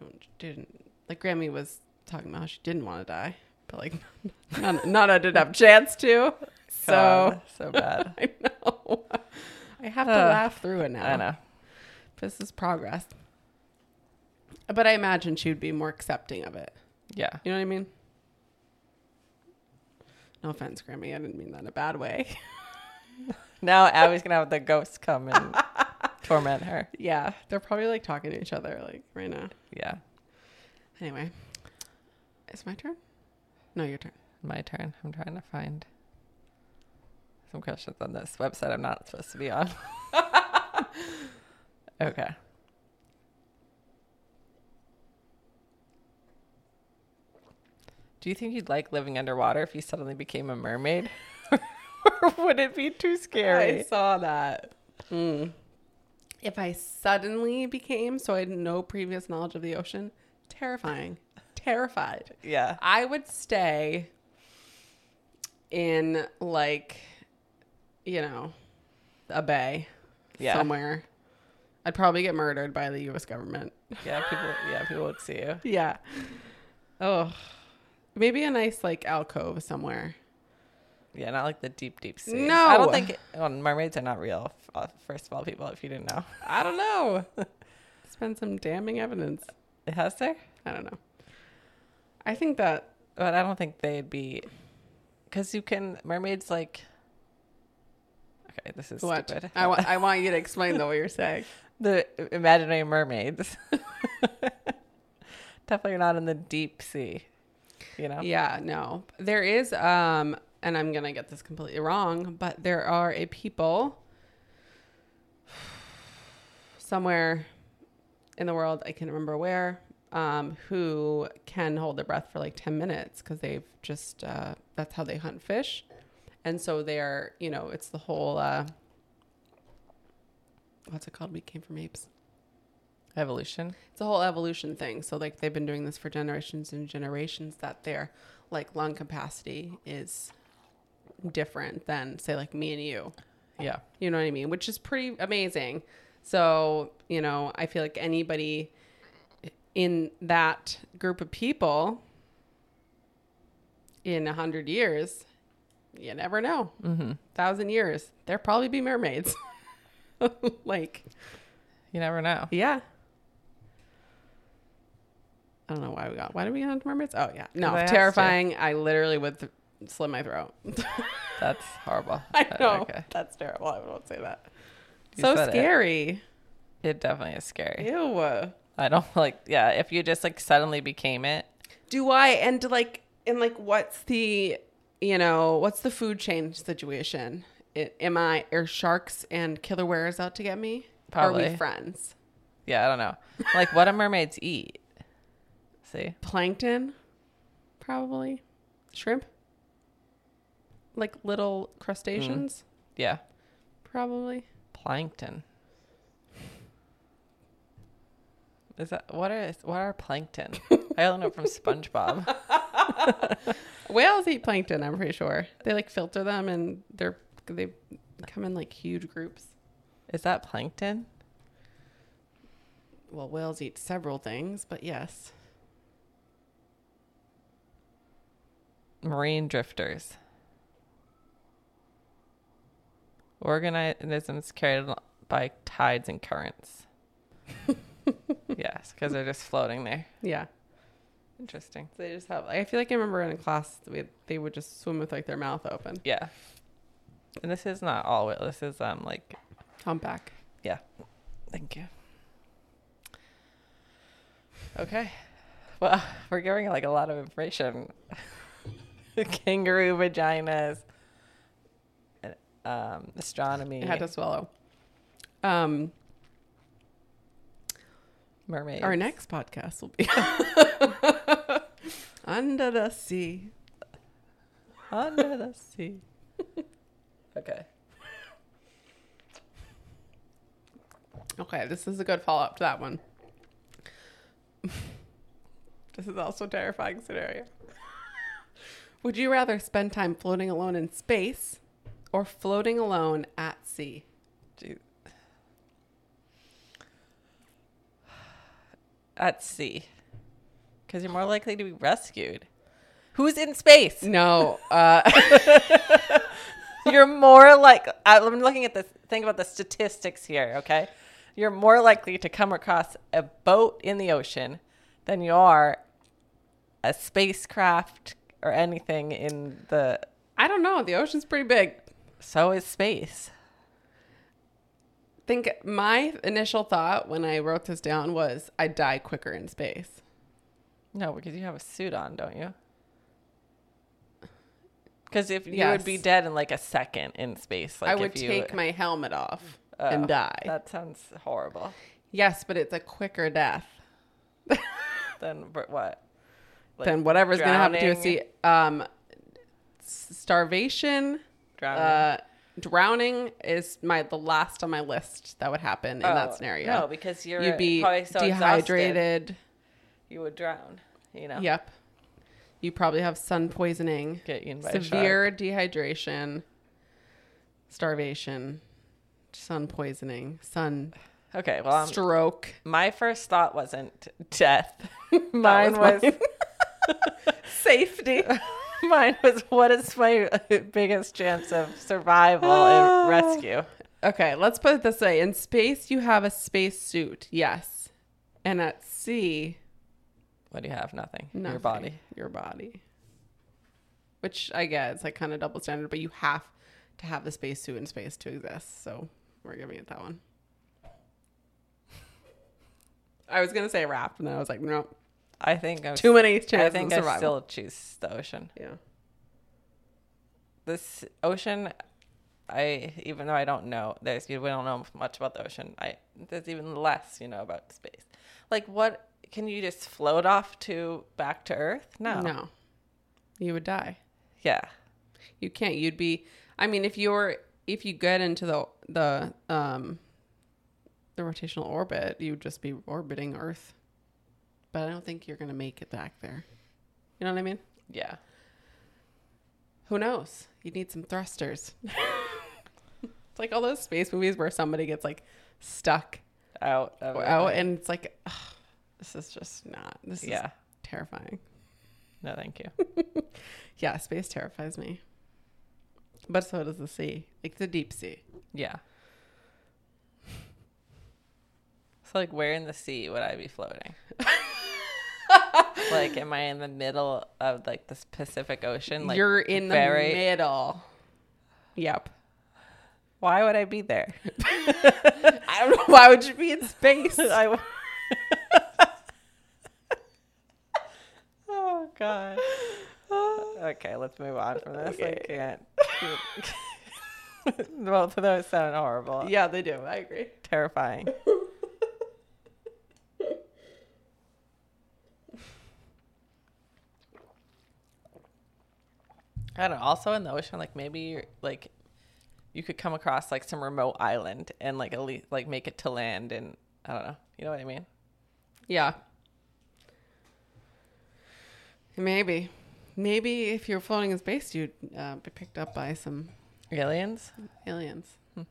Speaker 1: don't- didn't. Like Grammy was talking about how she didn't want to die, but like Nana, Nana didn't have chance to. So
Speaker 2: God, so bad.
Speaker 1: I know. I have to
Speaker 2: Ugh.
Speaker 1: laugh through it now.
Speaker 2: I know.
Speaker 1: This is progress. But I imagine she would be more accepting of it.
Speaker 2: Yeah.
Speaker 1: You know what I mean? No offense, Grammy. I didn't mean that in a bad way.
Speaker 2: Now Abby's gonna have the ghosts come and torment her.
Speaker 1: yeah, they're probably like talking to each other like right now.
Speaker 2: Yeah.
Speaker 1: Anyway, it's my turn. No, your turn.
Speaker 2: My turn. I'm trying to find some questions on this website I'm not supposed to be on. okay. Do you think you'd like living underwater if you suddenly became a mermaid? or would it be too
Speaker 1: I
Speaker 2: scary?
Speaker 1: saw that. Mm. If I suddenly became, so I had no previous knowledge of the ocean, terrifying. Terrified.
Speaker 2: Yeah.
Speaker 1: I would stay in like, you know, a bay
Speaker 2: Yeah.
Speaker 1: somewhere. I'd probably get murdered by the U.S. government.
Speaker 2: Yeah, people yeah, people would see you.
Speaker 1: Yeah. Oh, maybe a nice like alcove somewhere.
Speaker 2: Yeah, not like the deep, deep sea.
Speaker 1: No.
Speaker 2: I don't think well, mermaids are not real. f- uh, First of all, people, if you didn't know,
Speaker 1: I don't know. it's been some damning evidence.
Speaker 2: it has there,
Speaker 1: I don't know. I think that
Speaker 2: but I don't think they'd be, because you can mermaids like. Okay, this is
Speaker 1: what
Speaker 2: stupid.
Speaker 1: I want. I want you to explain though what you're saying.
Speaker 2: the imaginary mermaids. Definitely not in the deep sea, you know.
Speaker 1: Yeah, no. There is um and I'm going to get this completely wrong, but there are a people somewhere in the world, I can't remember where, um who can hold their breath for like 10 minutes cuz they've just uh that's how they hunt fish. And so they're, you know, it's the whole uh what's it called? We came from apes
Speaker 2: Evolution.
Speaker 1: it's a whole evolution thing. So like they've been doing this for generations and generations that their like lung capacity is different than say like me and you.
Speaker 2: Yeah.
Speaker 1: You know what I mean? Which is pretty amazing. So, you know, I feel like anybody in that group of people in a hundred years, you never know. Mm-hmm. Thousand years, there'll probably be mermaids. like
Speaker 2: You never know.
Speaker 1: yeah. I don't know why we got. Why did we get into mermaids? Oh yeah, no,
Speaker 2: I asked you.
Speaker 1: terrifying. I literally would th- slit my throat.
Speaker 2: That's horrible.
Speaker 1: I
Speaker 2: But
Speaker 1: know
Speaker 2: Oh, Okay.
Speaker 1: that's terrible. I won't say that.
Speaker 2: You
Speaker 1: so
Speaker 2: said it.
Speaker 1: scary.
Speaker 2: It definitely is scary.
Speaker 1: Ew.
Speaker 2: I don't like. Yeah, if you just like suddenly became it,
Speaker 1: Do I and like and like what's the you know what's the food chain situation? It, am I are sharks and killer whales out to get me? Are
Speaker 2: Probably.
Speaker 1: we friends?
Speaker 2: Yeah, I don't know. Like, what do mermaids eat? See?
Speaker 1: plankton, probably shrimp, like little crustaceans,
Speaker 2: Yeah.
Speaker 1: probably.
Speaker 2: Plankton. Is that what are what are plankton? I only know from SpongeBob.
Speaker 1: Whales eat plankton. I'm pretty sure they like filter them, and they're they come in like huge groups.
Speaker 2: Is that plankton?
Speaker 1: Well, whales eat several things, but yes,
Speaker 2: Marine drifters. Organisms carried al- by tides and currents. yes, because they're just floating there.
Speaker 1: Yeah.
Speaker 2: Interesting.
Speaker 1: They just have. I feel like I remember in a class we, they would just swim with like their mouth open.
Speaker 2: Yeah. And this is not all whale. This is um like
Speaker 1: Humpback.
Speaker 2: thank you. Okay. Well, we're giving like a lot of information. Kangaroo vaginas. Um, astronomy.
Speaker 1: I had to swallow. Um,
Speaker 2: mermaids.
Speaker 1: our next podcast will be under the sea.
Speaker 2: Under the sea. okay.
Speaker 1: Okay, this is a good follow up to that one. this is also a terrifying scenario. Would you rather spend time floating alone in space or floating alone at sea?
Speaker 2: Do- At sea. Because you're more likely to be rescued. Who's in space?
Speaker 1: No, uh,
Speaker 2: You're more like I'm looking at this. Think about the statistics here, okay? You're more likely to come across a boat in the ocean than you are a spacecraft or anything in the.
Speaker 1: I don't know. The ocean's pretty big.
Speaker 2: So is space.
Speaker 1: think my initial thought when I wrote this down was I die quicker in space.
Speaker 2: No, because you have a suit on, don't you? Because if you would be
Speaker 1: Yes.
Speaker 2: dead in like a second in space, like
Speaker 1: I would
Speaker 2: if you,
Speaker 1: take my helmet off
Speaker 2: Oh,
Speaker 1: and die.
Speaker 2: That sounds horrible.
Speaker 1: yes, but it's a quicker death
Speaker 2: Then br- what? Like
Speaker 1: than whatever's going to happen to a
Speaker 2: drowning?
Speaker 1: sea. Um, s- starvation,
Speaker 2: Drowning.
Speaker 1: uh, drowning is my the last on my list that would happen in
Speaker 2: Oh,
Speaker 1: that scenario.
Speaker 2: No, because you're
Speaker 1: You'd be
Speaker 2: probably so dehydrated.
Speaker 1: dehydrated.
Speaker 2: You would drown. You know.
Speaker 1: Yep. You probably have sun poisoning.
Speaker 2: Get eaten by
Speaker 1: severe dehydration, starvation, sun poisoning, sun
Speaker 2: A shark. Okay. Well, um,
Speaker 1: stroke.
Speaker 2: my first thought wasn't death. mine was,
Speaker 1: safety.
Speaker 2: mine was what is my biggest chance of survival and rescue?
Speaker 1: Okay, let's put it this way: in space, you have a space suit, yes, and at sea,
Speaker 2: What do you have? Nothing. Your
Speaker 1: nothing.
Speaker 2: body.
Speaker 1: your body. Which I guess like kind of double standard, but you have to have the space suit in space to exist. So we're giving it that one. I was gonna say wrapped, and then I was like, no,
Speaker 2: I think I'm.
Speaker 1: too many chances
Speaker 2: I think
Speaker 1: of
Speaker 2: I
Speaker 1: survival.
Speaker 2: still choose the ocean.
Speaker 1: yeah.
Speaker 2: This ocean, I even though I don't know, there's we don't know much about the ocean. I there's even less you know about space. Like what can you just float off to back to Earth? No.
Speaker 1: No. You would die.
Speaker 2: Yeah.
Speaker 1: You can't. You'd be. I mean, if you're if you get into the the um the rotational orbit, you'd just be orbiting Earth. But I don't think you're gonna make it back there. You know what I mean?
Speaker 2: Yeah.
Speaker 1: Who knows? You need some thrusters. it's like all those space movies where somebody gets like stuck
Speaker 2: Out. Of
Speaker 1: or
Speaker 2: it.
Speaker 1: out, and it's like, ugh, this is just not. This is
Speaker 2: Yeah.
Speaker 1: terrifying.
Speaker 2: No, thank you.
Speaker 1: Yeah, space terrifies me. But so does the sea, like the deep sea.
Speaker 2: Yeah. So like where in the sea would I be floating? like am I in the middle of like this Pacific Ocean? Like
Speaker 1: You're in the
Speaker 2: very-
Speaker 1: middle. Yep.
Speaker 2: why would I be there?
Speaker 1: I don't know why would you be in space.
Speaker 2: I w- oh god. Okay, let's move on from this. I can't. Both of those sound horrible.
Speaker 1: yeah, they do. I agree.
Speaker 2: Terrifying. I don't know. Also in the ocean, like maybe you're, like you could come across like some remote island and like at least like make it to land and I don't know. You know what I mean?
Speaker 1: Yeah. Maybe, maybe if you're floating in space, you'd uh, be picked up by some
Speaker 2: Aliens?
Speaker 1: aliens.
Speaker 2: Hmm.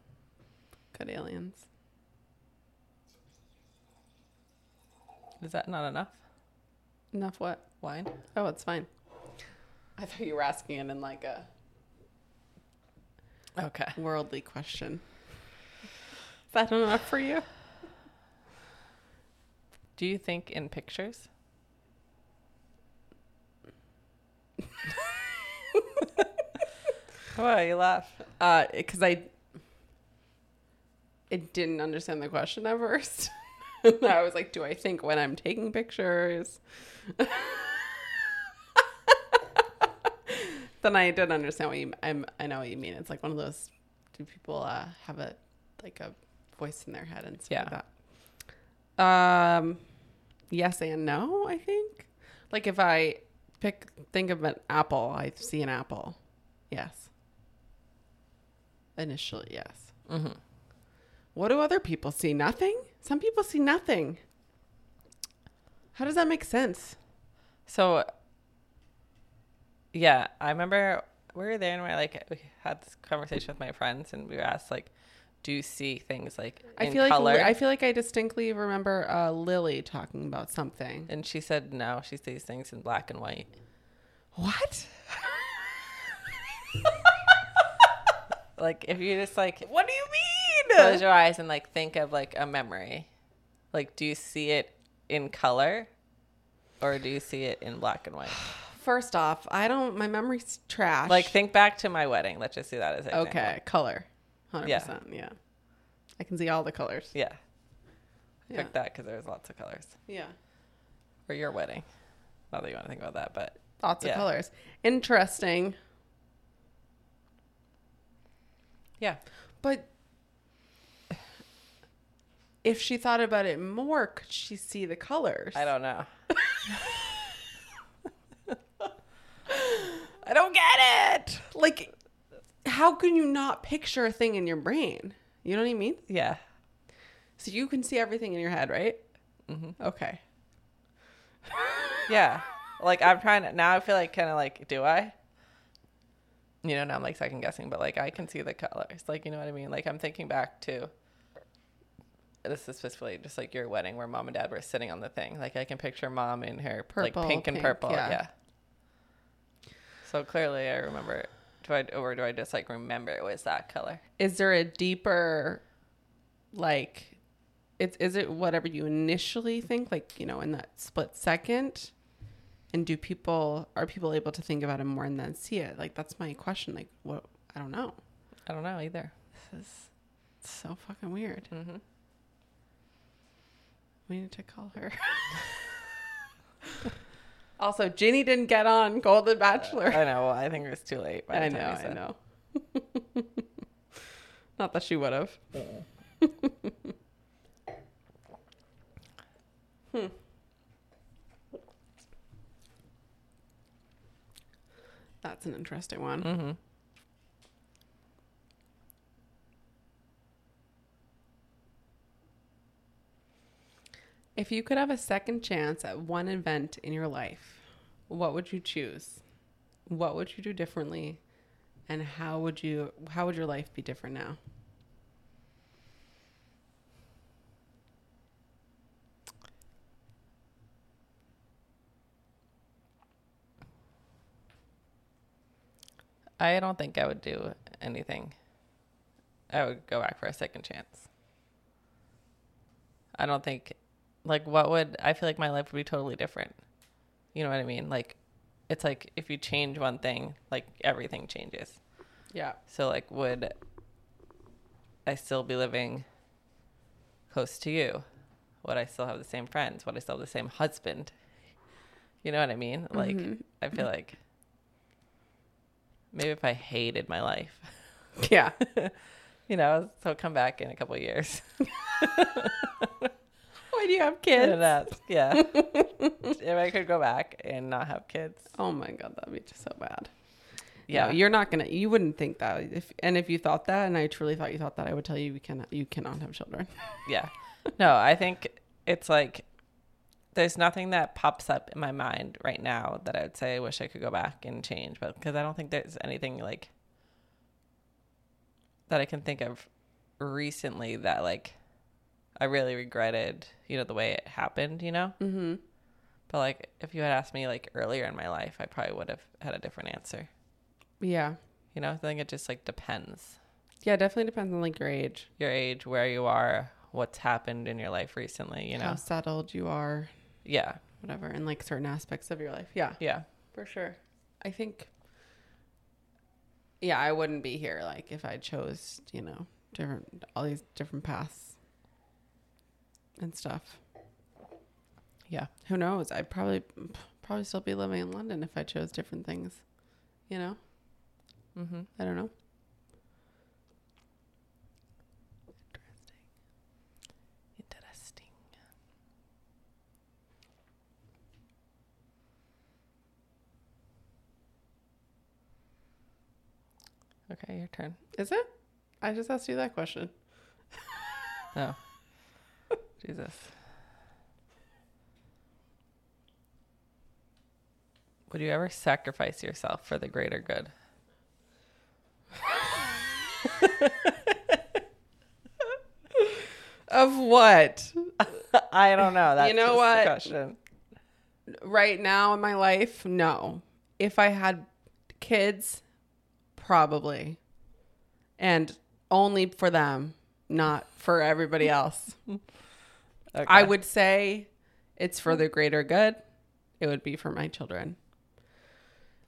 Speaker 1: Good aliens.
Speaker 2: Is that not enough?
Speaker 1: Enough. What?
Speaker 2: Wine?
Speaker 1: Oh, it's fine. I thought you were asking it in like a
Speaker 2: Okay.
Speaker 1: worldly question. Is that enough for you?
Speaker 2: Do you think in pictures? Why you laugh? Uh,
Speaker 1: Because I, I didn't understand the question at first. I was like, do I think when I'm taking pictures? then I did understand what you. I'm, I know what you mean. It's like one of those. Do people uh, have a like a voice in their head and stuff like that? Um, yes and no. I think. Like if I pick think of an apple, I see an apple. Yes. Initially, yes.
Speaker 2: Mm-hmm.
Speaker 1: What do other people see? Nothing? Some people see nothing. How does that make sense?
Speaker 2: So, yeah, I remember we were there and we are like we had this conversation with my friends and we were asked like, do you see things like in
Speaker 1: I feel
Speaker 2: color?
Speaker 1: like I feel like I distinctly remember uh, Lily talking about something.
Speaker 2: and she said no, she sees things in black and white.
Speaker 1: What?
Speaker 2: Like if you just like
Speaker 1: What do you
Speaker 2: close your eyes and like think of like a memory, like do you see it in color, or do you see it in black and white?
Speaker 1: First off, I don't. My memory's trash.
Speaker 2: Like think back to my wedding. Let's just do that as an example.
Speaker 1: okay, color, hundred
Speaker 2: Yeah.
Speaker 1: percent. Yeah, I can see all the colors.
Speaker 2: Yeah. I
Speaker 1: Yeah.
Speaker 2: Picked that because there's lots of colors.
Speaker 1: Yeah,
Speaker 2: Or your wedding. Not that you want to think about that, but
Speaker 1: lots
Speaker 2: Yeah.
Speaker 1: of colors. Interesting,
Speaker 2: yeah.
Speaker 1: but if she thought about it more, could she see the colors?
Speaker 2: I don't know. I don't get it.
Speaker 1: like how can you not picture a thing in your brain you know what i mean
Speaker 2: Yeah.
Speaker 1: so you can see everything in your head right
Speaker 2: Mhm.
Speaker 1: okay
Speaker 2: Yeah. Like I'm trying to now I feel like kind of like do I? You know, now I'm like second guessing, but like I can see the colors. Like, you know what I mean? Like I'm thinking back to this is specifically just like your wedding where mom and dad were sitting on the thing. Like I can picture mom in her
Speaker 1: Purple,
Speaker 2: like pink and
Speaker 1: pink,
Speaker 2: purple.
Speaker 1: yeah.
Speaker 2: Yeah. So clearly I remember it. Do I or do I just like remember it was that color?
Speaker 1: is there a deeper like it's is it whatever you initially think like you know in that split second and do people are people able to think about it more and then see it like that's my question like what i don't know
Speaker 2: I don't know either.
Speaker 1: this is so fucking weird
Speaker 2: Mhm.
Speaker 1: we need to call her also ginny didn't get on golden bachelor
Speaker 2: I know. Well, I think it was too late. By the
Speaker 1: I
Speaker 2: time
Speaker 1: know,
Speaker 2: we
Speaker 1: I know.
Speaker 2: said-
Speaker 1: Not that she would have. Hmm. That's an interesting one.
Speaker 2: Mhm.
Speaker 1: If you could have a second chance at one event in your life, what would you choose? What would you do differently? And how would you how would your life be different now?
Speaker 2: I don't think I would do anything. I would go back for a second chance. I don't think, like, what would I feel like my life would be totally different. You know what I mean? Like, it's like if you change one thing, like everything changes.
Speaker 1: Yeah.
Speaker 2: So, like, would I still be living close to you? Would I still have the same friends? Would I still have the same husband? You know what I mean? Like,
Speaker 1: Mm-hmm.
Speaker 2: I
Speaker 1: Mm.
Speaker 2: feel like maybe if I hated my life,
Speaker 1: Yeah.
Speaker 2: you know, so come back in a couple years.
Speaker 1: Why do you have
Speaker 2: And
Speaker 1: kids?
Speaker 2: that's, yeah. if I could go back and not have kids.
Speaker 1: Oh my god, that'd be just so bad.
Speaker 2: Yeah.
Speaker 1: No, you're not gonna. You wouldn't think that. If and if you thought that, and I truly thought you thought that, I would tell you you cannot. You cannot have children.
Speaker 2: yeah. No, I think it's like there's nothing that pops up in my mind right now that I would say I wish I could go back and change, but because I don't think there's anything like that I can think of recently that like I really regretted, you know, the way it happened, you know?
Speaker 1: Mm-hmm.
Speaker 2: But like if you had asked me like earlier in my life, I probably would have had a different answer.
Speaker 1: Yeah.
Speaker 2: You know, I think it just like depends.
Speaker 1: Yeah, it definitely depends on like your age,
Speaker 2: your age, where you are, what's happened in your life recently, you know?
Speaker 1: how settled you are,
Speaker 2: Yeah.
Speaker 1: whatever, and like certain aspects of your life. Yeah,
Speaker 2: Yeah.
Speaker 1: for sure. I think. Yeah, I wouldn't be here like if I chose, you know, different all these different paths and stuff.
Speaker 2: Yeah.
Speaker 1: Who knows? I'd probably probably still be living in London if I chose different things. You know,
Speaker 2: Mm-hmm.
Speaker 1: I don't know.
Speaker 2: Interesting. Okay, your turn.
Speaker 1: Is it? I just asked you that question.
Speaker 2: No. Jesus. Would you ever sacrifice yourself for the greater good?
Speaker 1: Of what?
Speaker 2: I don't know.
Speaker 1: That's just the
Speaker 2: question.
Speaker 1: Right now in my life, no. If I had kids, probably. And only for them, not for everybody else. I would say it's for the greater good. It would be for my children.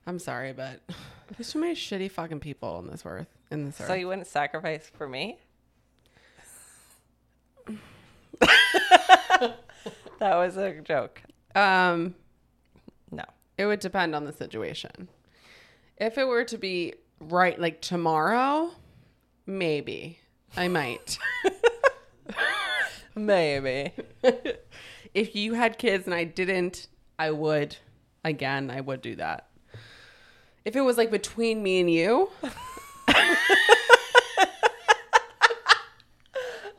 Speaker 1: I'm sorry, but there's too many shitty fucking people on this earth. In this earth.
Speaker 2: So you wouldn't sacrifice for me? that was a joke.
Speaker 1: um,
Speaker 2: No.
Speaker 1: It would depend on the situation. If it were to be right like tomorrow, maybe I might.
Speaker 2: Maybe.
Speaker 1: if you had kids and I didn't, I would. Again, I would do that. If it was like between me and you,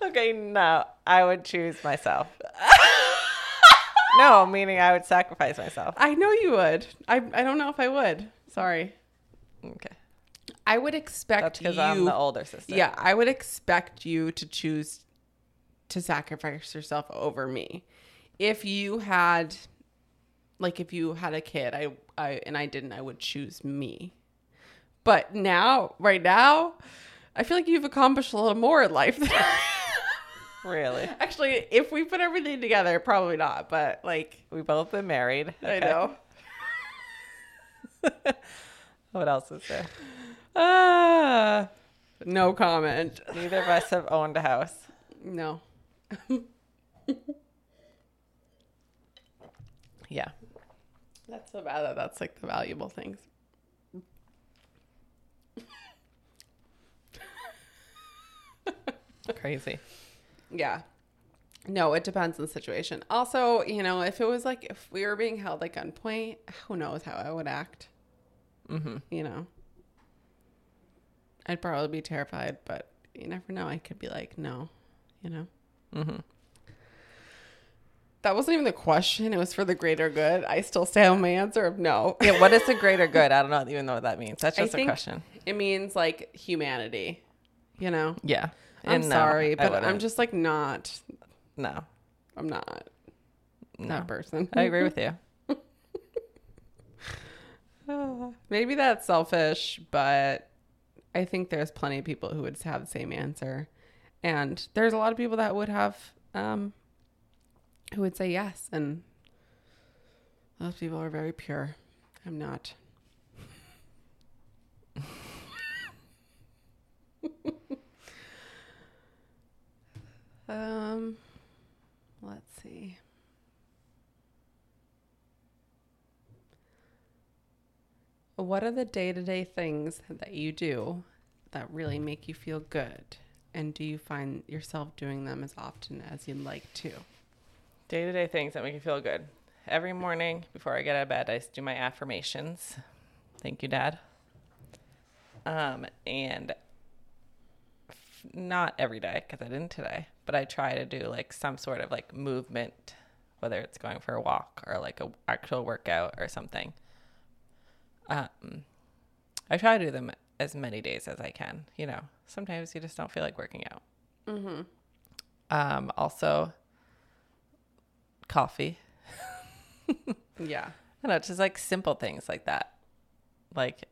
Speaker 2: Okay, no. I would choose myself. no, meaning I would sacrifice myself.
Speaker 1: I know you would. I, I don't know if I would. Sorry.
Speaker 2: Okay.
Speaker 1: I would
Speaker 2: That's
Speaker 1: expect
Speaker 2: because
Speaker 1: you.
Speaker 2: I'm the older sister.
Speaker 1: Yeah, I would expect you to choose to sacrifice yourself over me. If you had like if you had a kid, I I and I didn't, I would choose me. But now, right now, I feel like you've accomplished a little more in life. Than
Speaker 2: Really?
Speaker 1: Actually, if we put everything together, probably not, but like
Speaker 2: We both been married.
Speaker 1: I
Speaker 2: Okay.
Speaker 1: know.
Speaker 2: What else is there?
Speaker 1: Ah, no comment.
Speaker 2: Neither of us have owned a house.
Speaker 1: No.
Speaker 2: Yeah.
Speaker 1: That's so bad that that's like the valuable things.
Speaker 2: Crazy.
Speaker 1: Yeah. No, it depends on the situation. Also, you know, if it was like if we were being held at gunpoint, who knows how I would act.
Speaker 2: Mm-hmm.
Speaker 1: You know, I'd probably be terrified, but you never know. I could be like, no, you know.
Speaker 2: Mm-hmm.
Speaker 1: That wasn't even the question. It was for the greater good. I still stand on my answer of no.
Speaker 2: Yeah, what is the greater good? I don't know even know what that means. That's
Speaker 1: I
Speaker 2: just a
Speaker 1: think-
Speaker 2: question.
Speaker 1: It means like humanity, you know.
Speaker 2: Yeah.
Speaker 1: I'm
Speaker 2: And no,
Speaker 1: sorry,
Speaker 2: I
Speaker 1: but I'm
Speaker 2: wouldn't.
Speaker 1: just like not.
Speaker 2: no.
Speaker 1: I'm not
Speaker 2: No.
Speaker 1: that person.
Speaker 2: I agree with you.
Speaker 1: Maybe that's selfish, but I think there's plenty of people who would have the same answer. And there's a lot of people that would have, um, who would say yes. And those people are very pure. I'm not. um, let's see. What are the day to day things that you do that really make you feel good? And do you find yourself doing them as often as you'd like to?
Speaker 2: Day to day things that make you feel good. Every morning before I get out of bed, I do my affirmations. Thank you, Dad. Um, and f- not every day because I didn't today, but I try to do like some sort of like movement, whether it's going for a walk or like a actual workout or something. Um, I try to do them as many days as I can. You know, sometimes you just don't feel like working out. Um, also, coffee.
Speaker 1: Yeah.
Speaker 2: I don't know, just like simple things like that. Like,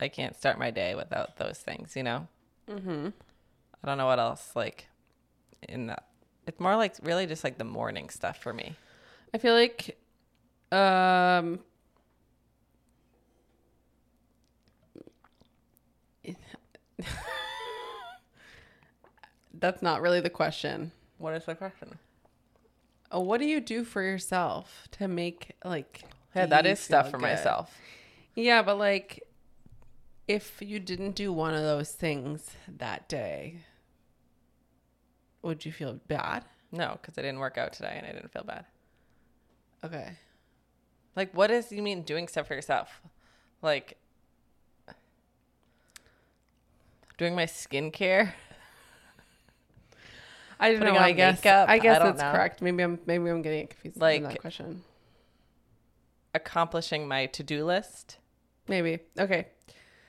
Speaker 2: I can't start my day without those things, you know?
Speaker 1: Mm-hmm.
Speaker 2: I don't know what else like in that. It's more like really just like the morning stuff for me.
Speaker 1: I feel like um That's not really the question.
Speaker 2: What is the question?
Speaker 1: Uh, What do you do for yourself to make like
Speaker 2: Yeah, that
Speaker 1: you
Speaker 2: is stuff
Speaker 1: feel
Speaker 2: for
Speaker 1: good?
Speaker 2: myself.
Speaker 1: Yeah, but like if you didn't do one of those things that day, would you feel bad?
Speaker 2: No, because I didn't work out today and I didn't feel bad.
Speaker 1: Okay.
Speaker 2: Like, what does you mean doing stuff for yourself? Like, doing my skincare?
Speaker 1: I don't
Speaker 2: Putting
Speaker 1: know. I
Speaker 2: on
Speaker 1: guess
Speaker 2: makeup?
Speaker 1: I
Speaker 2: I
Speaker 1: guess
Speaker 2: don't
Speaker 1: that's
Speaker 2: know.
Speaker 1: correct. Maybe I'm maybe I'm getting it confused like,
Speaker 2: Like-
Speaker 1: that question.
Speaker 2: accomplishing my to-do list.
Speaker 1: Maybe. Okay.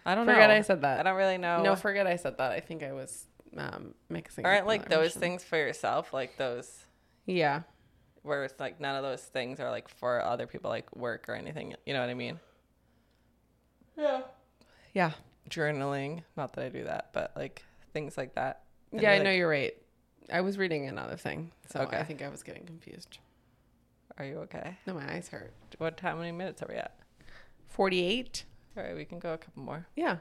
Speaker 2: I don't
Speaker 1: Forget
Speaker 2: know.
Speaker 1: I said that.
Speaker 2: I don't really know.
Speaker 1: No, forget I said that. I think I was um, mixing. up
Speaker 2: aren't like
Speaker 1: that
Speaker 2: those
Speaker 1: question.
Speaker 2: things for yourself, like those
Speaker 1: Yeah.
Speaker 2: where it's like none of those things are like for other people, like work or anything. You know what I mean? Yeah.
Speaker 1: Yeah.
Speaker 2: Journaling. Not that I do that, but like things like that. And
Speaker 1: yeah, I
Speaker 2: like,
Speaker 1: know you're right. I was reading another thing, so I
Speaker 2: Okay.
Speaker 1: think I was getting confused.
Speaker 2: Are you okay?
Speaker 1: No, my eyes hurt.
Speaker 2: What? How many minutes are we at?
Speaker 1: Forty-eight.
Speaker 2: All right, we can go a couple more.
Speaker 1: Yeah.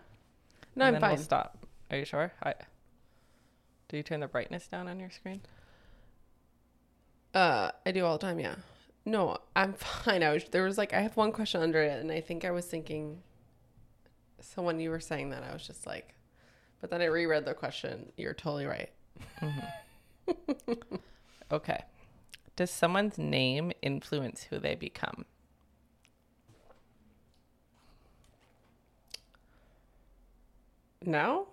Speaker 1: No,
Speaker 2: and
Speaker 1: I'm
Speaker 2: then
Speaker 1: fine.
Speaker 2: We'll stop. Are you sure? I. Do you turn the brightness down on your screen?
Speaker 1: Uh, I do all the time. Yeah. No, I'm fine. I was there was like I have one question under it, and I think I was thinking. So when you were saying that, I was just like, but then I reread the question. You're totally right.
Speaker 2: Okay. Does someone's name influence who they become?
Speaker 1: No?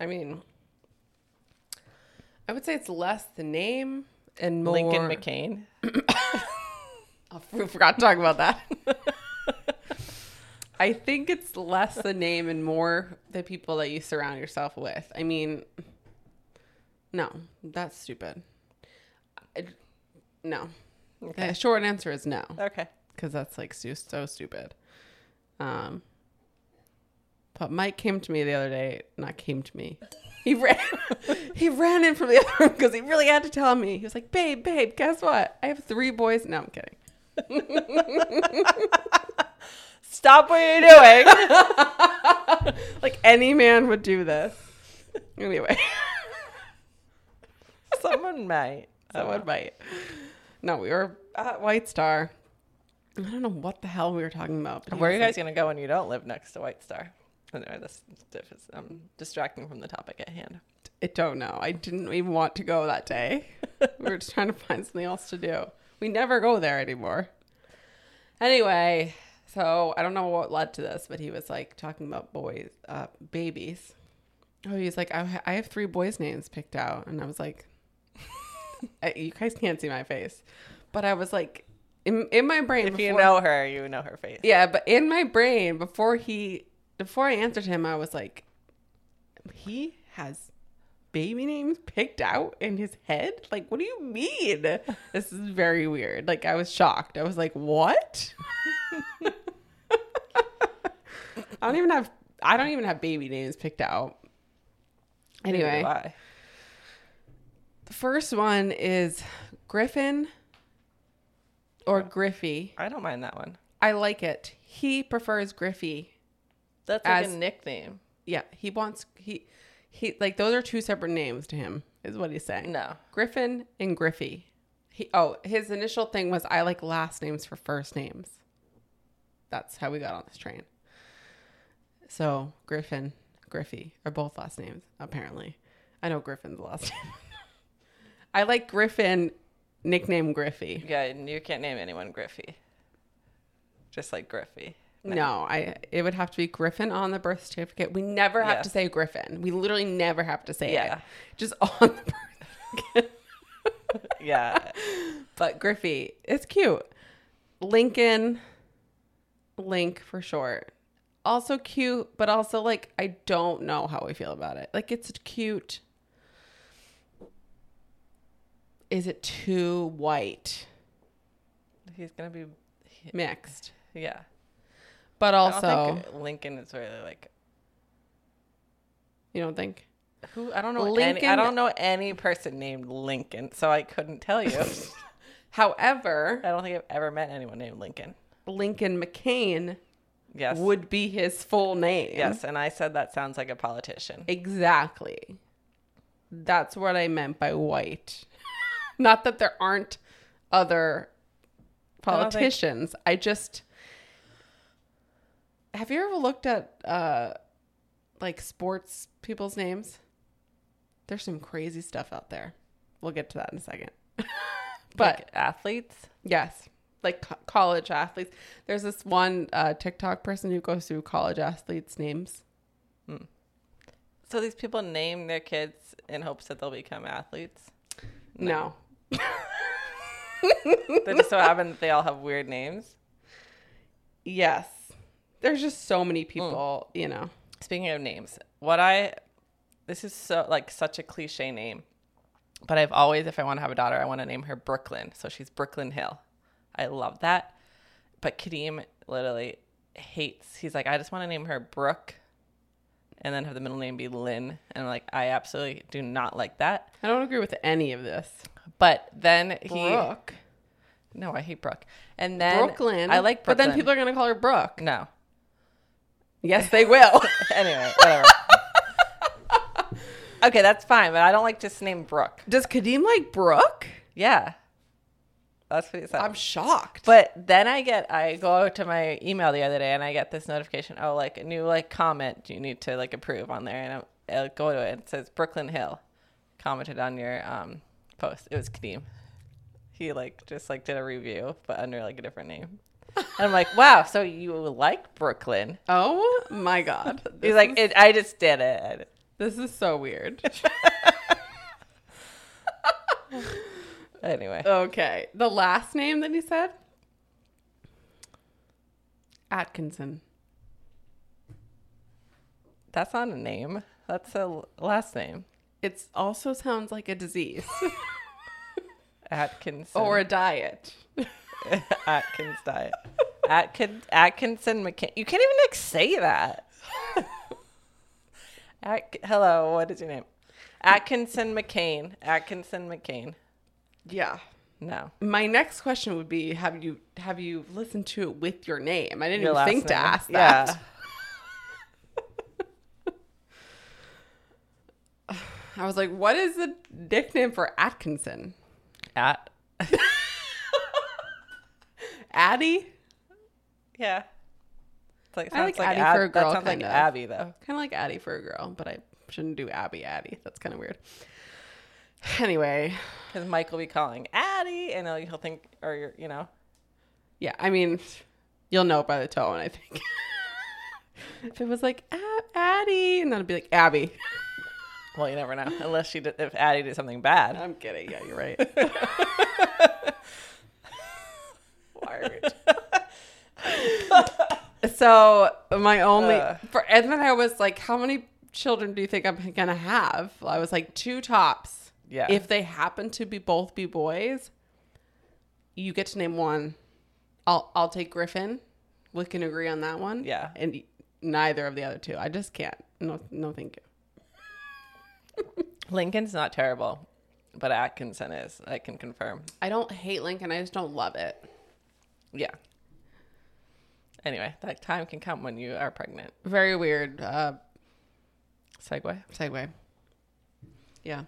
Speaker 1: I mean, I would say it's less the name and more.
Speaker 2: Lincoln McCain.
Speaker 1: Eh, Oh, we forgot to talk about that. I think it's less the name and more the people that you surround yourself with. I mean, no, that's stupid. I, no.
Speaker 2: Okay.
Speaker 1: The short answer is no,
Speaker 2: Okay.
Speaker 1: because that's like so, so stupid. Um, but Mike came to me the other day. Not came to me. He ran. he ran in from the other room because he really had to tell me. He was like, "Babe, babe, guess what? I have three boys." No, I'm kidding.
Speaker 2: Stop what you're doing.
Speaker 1: Like any man would do this. Anyway,
Speaker 2: Someone might.
Speaker 1: someone might. No, we were at White Star. I don't know what the hell we were talking about. but he
Speaker 2: Where are you
Speaker 1: was
Speaker 2: guys going to go when you don't live next to White Star? Anyway, this this is- I'm distracting from the topic at hand.
Speaker 1: like, I don't know. I didn't even want to go that day. we were just trying to find something else to do. We never go there anymore. Anyway, so I don't know what led to this, but he was like talking about boys, uh, babies. Oh, he's like, I, ha- I have three boys' names picked out, and I was like, I, you guys can't see my face, but I was like, in, in my brain,
Speaker 2: If you
Speaker 1: before-
Speaker 2: know her, you know her face.
Speaker 1: yeah, but in my brain, before he, before I answered him, I was like, he has baby names picked out in his head. Like, what do you mean? This is very weird. Like, I was shocked. I was like, what? I don't even have. I don't even have baby names picked out.
Speaker 2: Neither
Speaker 1: Anyway,
Speaker 2: do I.
Speaker 1: the first one is Griffin or Griffey.
Speaker 2: I don't mind that one.
Speaker 1: I like it. He prefers Griffey
Speaker 2: That's like
Speaker 1: As-
Speaker 2: a nickname.
Speaker 1: Yeah, he wants he he like those are two separate names to him is what he's saying.
Speaker 2: No.
Speaker 1: Griffin and Griffey. He oh his initial thing was I like last names for first names. That's how we got on this train. So Griffin, Griffey are both last names apparently. I know Griffin's last name. I like Griffin, nickname Griffey.
Speaker 2: Yeah, and you can't name anyone Griffey. Just like Griffey.
Speaker 1: No, I it would have to be Griffin on the birth certificate. We never have to
Speaker 2: Yes.
Speaker 1: say Griffin. We literally never have to say
Speaker 2: Yeah.
Speaker 1: it. Just on the birth certificate.
Speaker 2: Yeah.
Speaker 1: but Griffey, it's cute. Lincoln, Link for short. Also cute, but also like I don't know how I feel about it. Like it's cute. Is it too white
Speaker 2: He's going to be.
Speaker 1: mixed?
Speaker 2: Yeah.
Speaker 1: But
Speaker 2: I
Speaker 1: also,
Speaker 2: don't think Lincoln is really like
Speaker 1: You don't think?
Speaker 2: Who I don't know. Any, I
Speaker 1: Lincoln-
Speaker 2: don't know any person named Lincoln, so I couldn't tell you.
Speaker 1: However,
Speaker 2: I don't think I've ever met anyone named Lincoln.
Speaker 1: Lincoln McCain
Speaker 2: Yes.
Speaker 1: would be his full name.
Speaker 2: Yes, and I said that sounds like a politician.
Speaker 1: Exactly. That's what I meant by white. Not that there aren't other
Speaker 2: don't think-
Speaker 1: politicians. I just have you ever looked at uh like sports people's names? There's some crazy stuff out there. We'll get to that in a second. but
Speaker 2: Like athletes.
Speaker 1: Yes, like co- college athletes. There's this one uh, TikTok person who goes through college athletes' names.
Speaker 2: So these people name their kids in hopes that they'll become athletes.
Speaker 1: No.
Speaker 2: They just so happen that they all have weird names.
Speaker 1: Yes. There's just so
Speaker 2: Hmm.
Speaker 1: many people, you know.
Speaker 2: Speaking of names, what I this is so like such a cliche name, but I've always, if I want to have a daughter, I want to name her Brooklyn. So she's Brooklyn Hill. I love that. But Kadeem literally hates. He's like, I just want to name her Brooke, and then have the middle name be Lynn. And I'm like, I absolutely do not like that.
Speaker 1: I don't agree with any of this.
Speaker 2: But then he
Speaker 1: Brooke.
Speaker 2: no, I hate Brooke. And then
Speaker 1: Brooklyn.
Speaker 2: I like Brooklyn.
Speaker 1: But then people are going to call her Brooke.
Speaker 2: no.
Speaker 1: Yes, they will.
Speaker 2: Anyway, whatever. okay, that's fine, but I don't like just name Brooke.
Speaker 1: Does Kadeem like Brooke?
Speaker 2: Yeah. That's what he said.
Speaker 1: I'm shocked.
Speaker 2: but then I get I go out to my email the other day and I get this notification, oh like a new like comment you need to like approve on there and I, I go to it and it says Brooklyn Hill commented on your um post. It was Kadeem. He like just like did a review but under like a different name. And I'm like, wow, so you like Brooklyn?
Speaker 1: oh my God.
Speaker 2: He's like, it, I just did it.
Speaker 1: this is so weird.
Speaker 2: Anyway,
Speaker 1: okay. The last name that he said? Atkinson.
Speaker 2: that's not a name. That's a l- last name.
Speaker 1: It also sounds like a disease
Speaker 2: Atkinson.
Speaker 1: or a diet.
Speaker 2: Atkins diet. Atkins Atkinson McCain. You can't even like say that. Atk- Hello, what is your name? Atkinson McCain. Atkinson McCain.
Speaker 1: Yeah.
Speaker 2: No.
Speaker 1: My next question would be have you have you listened to it with your name? I didn't
Speaker 2: Your
Speaker 1: even
Speaker 2: last
Speaker 1: think to
Speaker 2: name.
Speaker 1: ask
Speaker 2: Yeah.
Speaker 1: that. I was like, what is the nickname for Atkinson?
Speaker 2: At.
Speaker 1: Addie?
Speaker 2: Yeah. It's like, sounds
Speaker 1: I like Addie
Speaker 2: Ab-
Speaker 1: for a girl,
Speaker 2: That sounds like
Speaker 1: kind of.
Speaker 2: Abby though.
Speaker 1: Kind of like Addie for a girl, but I shouldn't do Abby Addie. That's kind of weird. Anyway,
Speaker 2: Because Mike will be calling Addie, and he'll, he'll think, or you're- you know,
Speaker 1: Yeah, I mean, you'll know by the tone, I think. if it was like Ab- Addie, and then it'd be like Abby.
Speaker 2: well, you never know, unless she did, if Addie did something bad.
Speaker 1: I'm kidding. Yeah, you're right. Wired. so my only
Speaker 2: Ugh.
Speaker 1: for and then I was like, how many children do you think I'm gonna have? I was like two tops.
Speaker 2: Yeah.
Speaker 1: If they happen to be both be boys, you get to name one. I'll I'll take Griffin. We can agree on that one.
Speaker 2: Yeah.
Speaker 1: And neither of the other two. I just can't. No, no, thank you.
Speaker 2: Lincoln's not terrible, but Atkinson is. I can confirm.
Speaker 1: I don't hate Lincoln. I just don't love it.
Speaker 2: Yeah. Anyway, that time can come when you are pregnant.
Speaker 1: Very weird uh,
Speaker 2: Segue.
Speaker 1: segue. Yeah.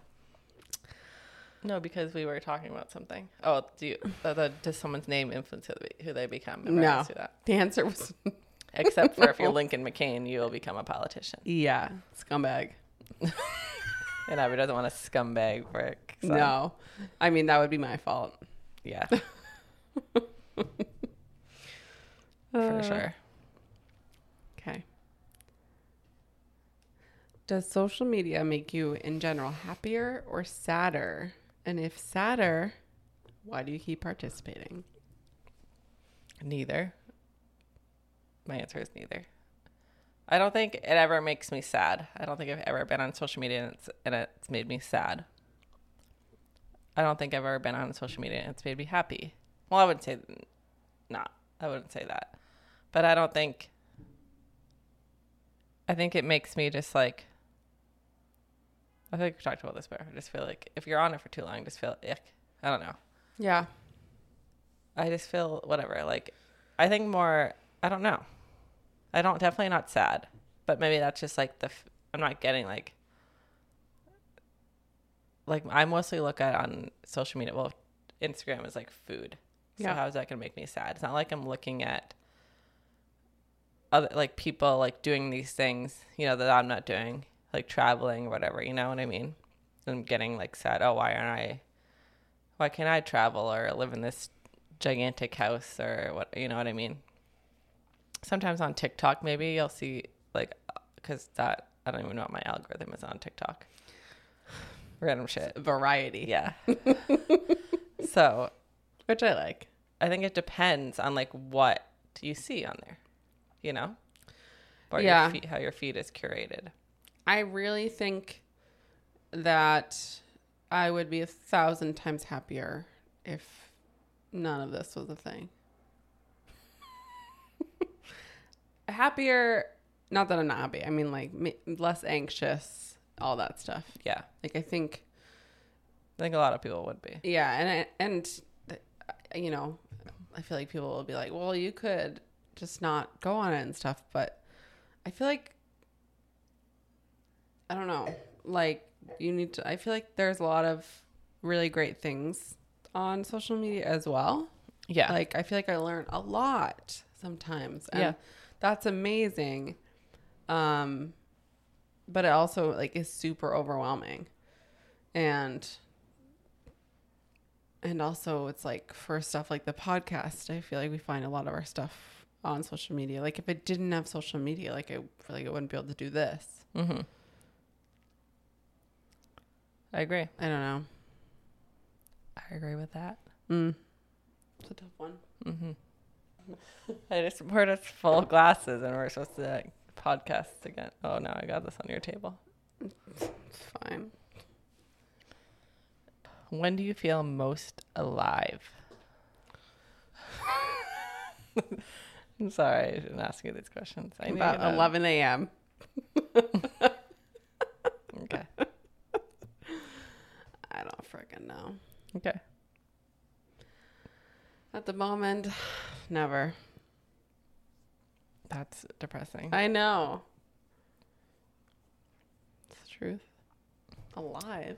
Speaker 2: No, because we were talking about something. Oh, do you, the, the, does someone's name influence who they, who they become? If I
Speaker 1: No.
Speaker 2: ask you that.
Speaker 1: The answer was
Speaker 2: Except for if you're Lincoln McCain, you will become a politician.
Speaker 1: yeah, scumbag.
Speaker 2: And I doesn't want a scumbag for it. so-
Speaker 1: No. I mean, that would be my fault.
Speaker 2: Yeah. for sure.
Speaker 1: Uh, Okay. Does social media make you in general happier or sadder? And if sadder, why do you keep participating?
Speaker 2: Neither. My answer is neither. I don't think it ever makes me sad. I don't think I've ever been on social media and it's, and it's made me sad. I don't think I've ever been on social media and it's made me happy. Well, I wouldn't say not. I wouldn't say that. But I don't think. I think it makes me just like I think we talked about this before. I just feel like if you're on it for too long, just feel ick. I don't know.
Speaker 1: Yeah.
Speaker 2: I just feel whatever. Like, I think more. I don't know. I don't definitely not sad, but maybe that's just like the. F- I'm not getting like. Like I mostly look at on social media. Well, Instagram is like food. So
Speaker 1: Yeah.
Speaker 2: how is that gonna make me sad? It's not like I'm looking at. Other like people like doing these things, you know, that I'm not doing, like traveling or whatever. You know what I mean? I'm getting like sad. Oh, why aren't I? Why can't I travel or live in this gigantic house or what you know what I mean. Sometimes on TikTok, maybe you'll see like because that I don't even know what my algorithm is on TikTok. Random shit.
Speaker 1: Variety.
Speaker 2: Yeah. so
Speaker 1: Which I like.
Speaker 2: I think it depends on like what you see on there, you know, or
Speaker 1: Yeah.
Speaker 2: your feed, how your feed is curated.
Speaker 1: I really think that I would be a thousand times happier if none of this was a thing. happier, not that I'm not happy. I mean, like ma- less anxious, all that stuff.
Speaker 2: Yeah,
Speaker 1: Like I think,
Speaker 2: I think a lot of people would be.
Speaker 1: yeah, and I, and uh, you know, I feel like people will be like, well, you could just not go on it and stuff, but I feel like I don't know. Like you need to I feel like there's a lot of really great things on social media as well.
Speaker 2: Yeah,
Speaker 1: Like I feel like I learn a lot sometimes. And
Speaker 2: Yeah.
Speaker 1: That's amazing. Um but it also like is super overwhelming. And and also it's like for stuff like the podcast, I feel like we find a lot of our stuff on social media. Like if I didn't have social media, like I feel like I wouldn't be able to do this.
Speaker 2: mm-hmm. I agree.
Speaker 1: I don't know.
Speaker 2: I agree with that.
Speaker 1: Mm. It's a tough one.
Speaker 2: Mm-hmm. I just poured us full glasses, and we're supposed to like, podcast again. Oh no, I got this on your table.
Speaker 1: It's fine.
Speaker 2: When do you feel most alive? I'm sorry, I didn't ask you these questions. I knew
Speaker 1: About
Speaker 2: you'd-
Speaker 1: 11 a.m.
Speaker 2: Okay.
Speaker 1: I don't freaking know.
Speaker 2: Okay.
Speaker 1: At the moment, never.
Speaker 2: That's depressing.
Speaker 1: I know. It's the truth. Alive.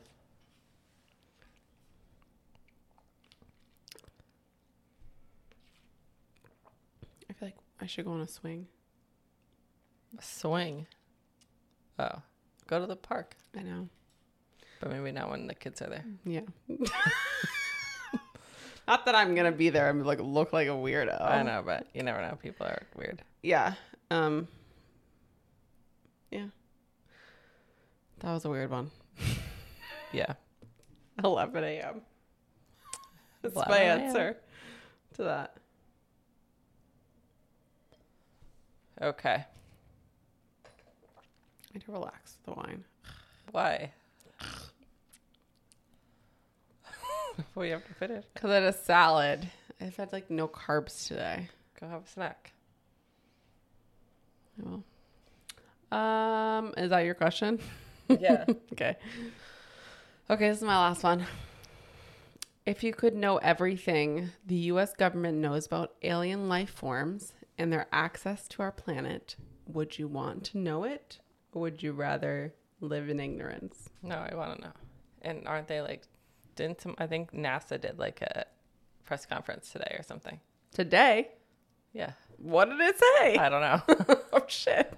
Speaker 1: I feel like I should go on a swing.
Speaker 2: Swing. Oh, go to the park,
Speaker 1: I know.
Speaker 2: but maybe not when the kids are there.
Speaker 1: Yeah. Not that I'm gonna be there and like look like a weirdo.
Speaker 2: I know, but you never know. People are weird.
Speaker 1: Yeah. Um. Yeah. That was a weird one.
Speaker 2: Yeah.
Speaker 1: 11 a.m. That's my
Speaker 2: 11 a.m..
Speaker 1: answer to that. I
Speaker 2: Okay.
Speaker 1: need to relax with the wine.
Speaker 2: Why? we have to finish.
Speaker 1: Cause I had a salad. I've had like no carbs today.
Speaker 2: Go have a snack.
Speaker 1: I will. Um, is that your question?
Speaker 2: Yeah.
Speaker 1: okay. Okay, this is my last one. If you could know everything the US government knows about alien life forms and their access to our planet, would you want to know it or would you rather live in ignorance?
Speaker 2: no, I want to know. And aren't they like? Didn't some? I think NASA did like a press conference today or something.
Speaker 1: Today,
Speaker 2: Yeah.
Speaker 1: what did it say?
Speaker 2: I don't know.
Speaker 1: oh shit.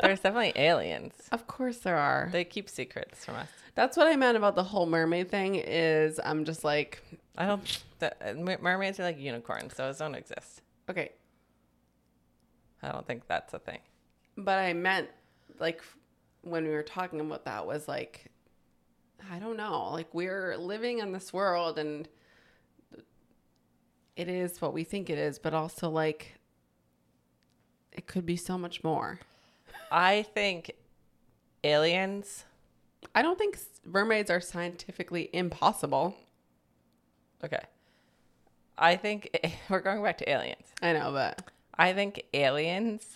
Speaker 2: There's definitely aliens.
Speaker 1: Of course there are.
Speaker 2: They keep secrets from us.
Speaker 1: That's what I meant about the whole mermaid thing is I'm just like,
Speaker 2: I don't. The, uh, mer- mermaids are like unicorns. Those don't exist.
Speaker 1: okay,
Speaker 2: I don't think that's a thing.
Speaker 1: But I meant like f- when we were talking about that was like I don't know, like we're living in this world and it is what we think it is, but also like it could be so much more.
Speaker 2: I think aliens.
Speaker 1: I don't think s- mermaids are scientifically impossible.
Speaker 2: Okay. I think we're going back to aliens.
Speaker 1: I know, but
Speaker 2: I think aliens.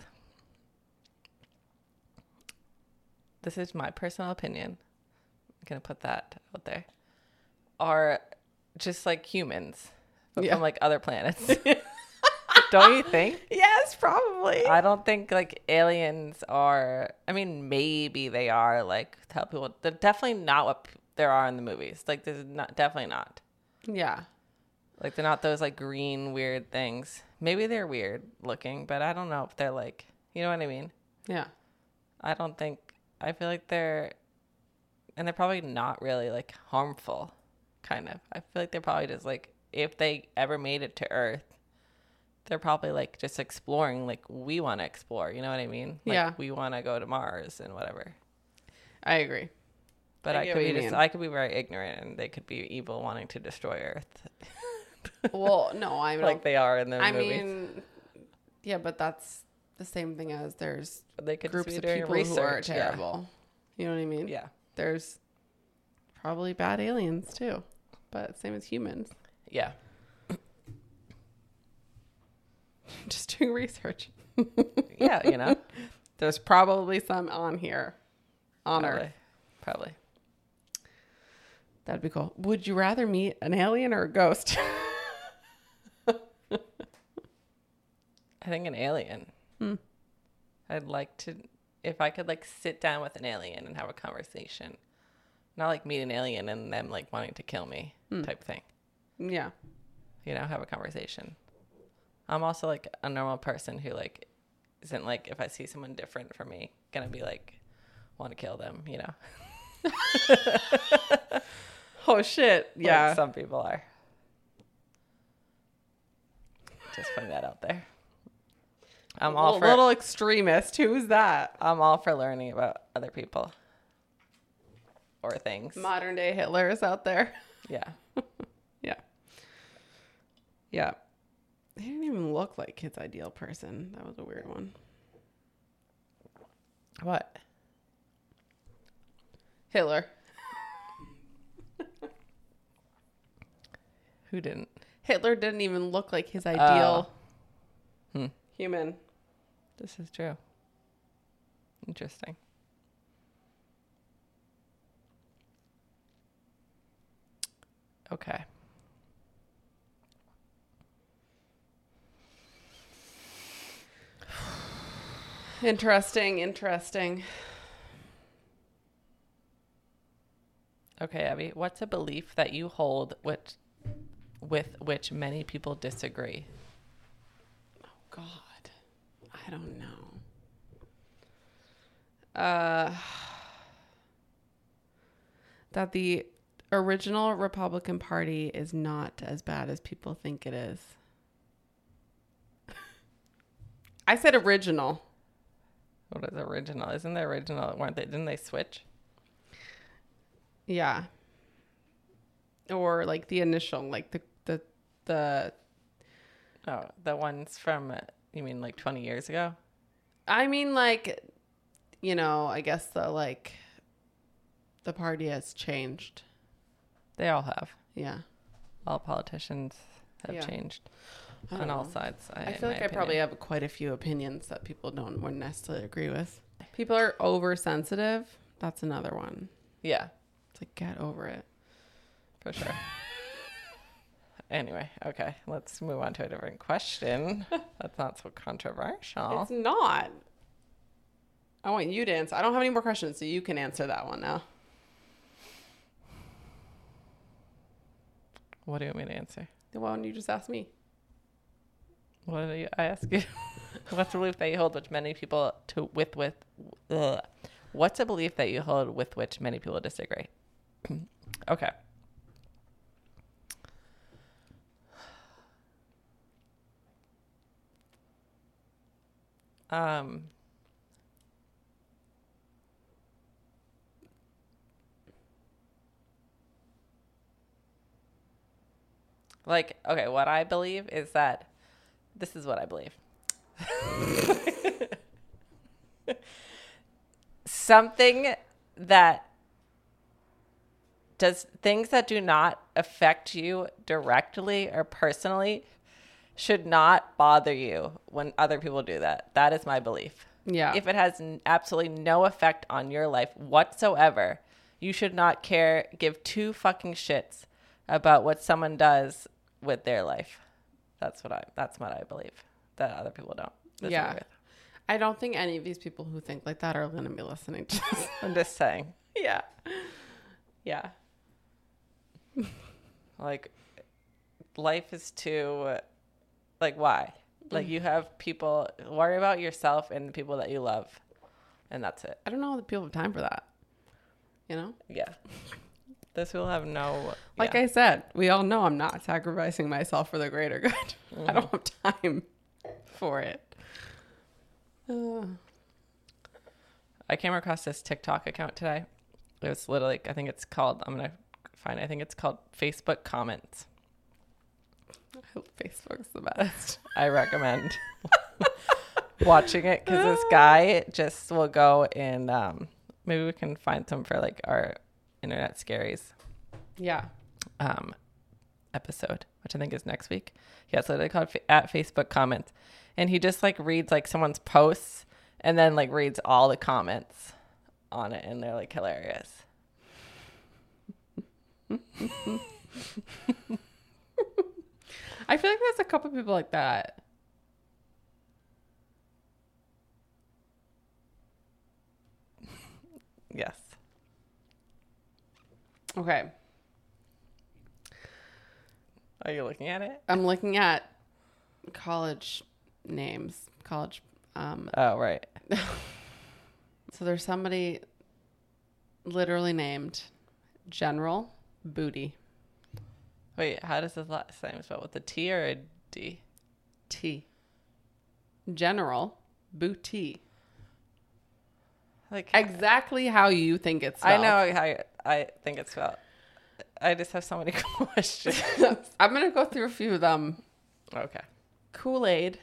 Speaker 2: This is my personal opinion. gonna put that out there, are just like humans, but
Speaker 1: Yeah.
Speaker 2: from like other planets. don't you think?
Speaker 1: Yes, probably.
Speaker 2: I don't think like aliens are. I mean, maybe they are. Like tell people they're definitely not what p- there are in the movies. Like there's not definitely not.
Speaker 1: yeah.
Speaker 2: Like they're not those like green weird things. Maybe they're weird looking, but I don't know if they're like you know what I mean.
Speaker 1: Yeah.
Speaker 2: I don't think I feel like they're and they're probably not really like harmful kind of. I feel like they're probably just like if they ever made it to earth, they're probably like just exploring like we want to explore, you know what I mean? Like
Speaker 1: Yeah.
Speaker 2: we want to go to Mars and whatever.
Speaker 1: I agree.
Speaker 2: But
Speaker 1: I
Speaker 2: I,
Speaker 1: get
Speaker 2: could
Speaker 1: what
Speaker 2: be
Speaker 1: you
Speaker 2: just
Speaker 1: mean.
Speaker 2: I could be very ignorant and they could be evil wanting to destroy earth
Speaker 1: Well, no, I mean,
Speaker 2: like they are in the
Speaker 1: I
Speaker 2: movies.
Speaker 1: mean, yeah, but that's the same thing as there's
Speaker 2: But they could just
Speaker 1: groups
Speaker 2: be
Speaker 1: of
Speaker 2: doing
Speaker 1: people who are
Speaker 2: research, yeah.
Speaker 1: terrible. You know what I mean?
Speaker 2: yeah.
Speaker 1: There's probably bad aliens too, but same as humans,
Speaker 2: Yeah.
Speaker 1: just doing research.
Speaker 2: Yeah, you know.
Speaker 1: There's probably some on here, on Earth.
Speaker 2: Probably. Probably.
Speaker 1: That'd be cool. Would you rather meet an alien or a ghost?
Speaker 2: I think an alien.
Speaker 1: Hmm.
Speaker 2: I'd like to, if I could like sit down with an alien and have a conversation, not like meet an alien and them like wanting to kill me
Speaker 1: Hmm.
Speaker 2: type thing.
Speaker 1: yeah.
Speaker 2: You know, have a conversation. I'm also like a normal person who like isn't like if I see someone different from me, gonna be like want to kill them. You know,
Speaker 1: Oh shit.
Speaker 2: Like,
Speaker 1: Yeah.
Speaker 2: some people are. Just putting that out there. I'm all
Speaker 1: a
Speaker 2: for
Speaker 1: little extremist. Who's that?
Speaker 2: I'm all for learning about other people or things.
Speaker 1: Modern day Hitler is out there.
Speaker 2: yeah.
Speaker 1: Yeah. Yeah. They didn't even look like his ideal person. That was a weird one.
Speaker 2: What?
Speaker 1: Hitler.
Speaker 2: Who didn't?
Speaker 1: Hitler didn't even look like his ideal
Speaker 2: Oh. Hmm.
Speaker 1: human.
Speaker 2: This is true. Interesting. Okay.
Speaker 1: Interesting, interesting.
Speaker 2: Okay, Abby. What's a belief that you hold which with which many people disagree?
Speaker 1: Oh god. I don't know. Uh that the original Republican Party is not as bad as people think it is. I said original.
Speaker 2: What is original? Isn't the original weren't they didn't they switch?
Speaker 1: Yeah. Or like the initial, like the the the
Speaker 2: Oh, the ones from uh, you mean like 20 years ago?
Speaker 1: I mean like you know, I guess the like the party has changed.
Speaker 2: They all have.
Speaker 1: Yeah.
Speaker 2: all politicians have
Speaker 1: Yeah.
Speaker 2: changed
Speaker 1: I
Speaker 2: on
Speaker 1: don't
Speaker 2: all
Speaker 1: know.
Speaker 2: sides. I,
Speaker 1: I
Speaker 2: in
Speaker 1: feel like
Speaker 2: my
Speaker 1: I probably
Speaker 2: opinion.
Speaker 1: have quite a few opinions that people don't wouldn't necessarily agree with. People are oversensitive. That's another one.
Speaker 2: yeah,
Speaker 1: It's like get over it.
Speaker 2: for sure. anyway, okay, let's move on to a different question. That's not so controversial.
Speaker 1: It's not. I want you to answer. I don't have any more questions, so you can answer that one now.
Speaker 2: What do you want me to answer?
Speaker 1: The one you just asked me.
Speaker 2: What do you, I ask you? What's a belief that you hold which many people to with with? Ugh. What's a belief that you hold with which many people disagree? okay. Um. Like, okay, what I believe is that this is what I believe. Something that does things that do not affect you directly or personally should not bother you when other people do that. That is my belief.
Speaker 1: Yeah.
Speaker 2: If it has n- absolutely no effect on your life whatsoever, You should not care, give two fucking shits about what someone does with their life. That's what I that's what I believe. That other people don't. disagree
Speaker 1: Yeah.
Speaker 2: with.
Speaker 1: I don't think any of these people who think like that are going to be listening to this.
Speaker 2: I'm just saying.
Speaker 1: yeah. Yeah.
Speaker 2: Like life is too like why? Like you have people worry about yourself and the people that you love. And that's it.
Speaker 1: I don't know that people have time for that. You know?
Speaker 2: Yeah. Those people have no
Speaker 1: Like I said, we all know I'm not sacrificing myself for the greater good. I don't have time for it. Uh,
Speaker 2: I came across this TikTok account today. It was literally, I think it's called, I'm going to find, I think it's called Facebook Comments.
Speaker 1: I hope Facebook's the best.
Speaker 2: I recommend watching it because this guy just will go and um, maybe we can find some for like our internet scaries
Speaker 1: yeah.
Speaker 2: um, episode, which I think is next week. Yeah, it's literally called fa- at Facebook Comments. And he just like reads like someone's posts and then like reads all the comments on it. And they're like hilarious.
Speaker 1: I feel like there's a couple people like that.
Speaker 2: Yes.
Speaker 1: Okay.
Speaker 2: Are you looking at it?
Speaker 1: I'm looking at college names, college um,
Speaker 2: Oh, right.
Speaker 1: So there's somebody literally named General Booty
Speaker 2: Wait, how does his last name spell with a T or a D?
Speaker 1: T. General Booty.
Speaker 2: Like
Speaker 1: Exactly how you think it's
Speaker 2: I
Speaker 1: spelled.
Speaker 2: know how you- I think it's spelled. I just have so many questions.
Speaker 1: know. I'm going to go through a few of them.
Speaker 2: okay.
Speaker 1: Kool Aid,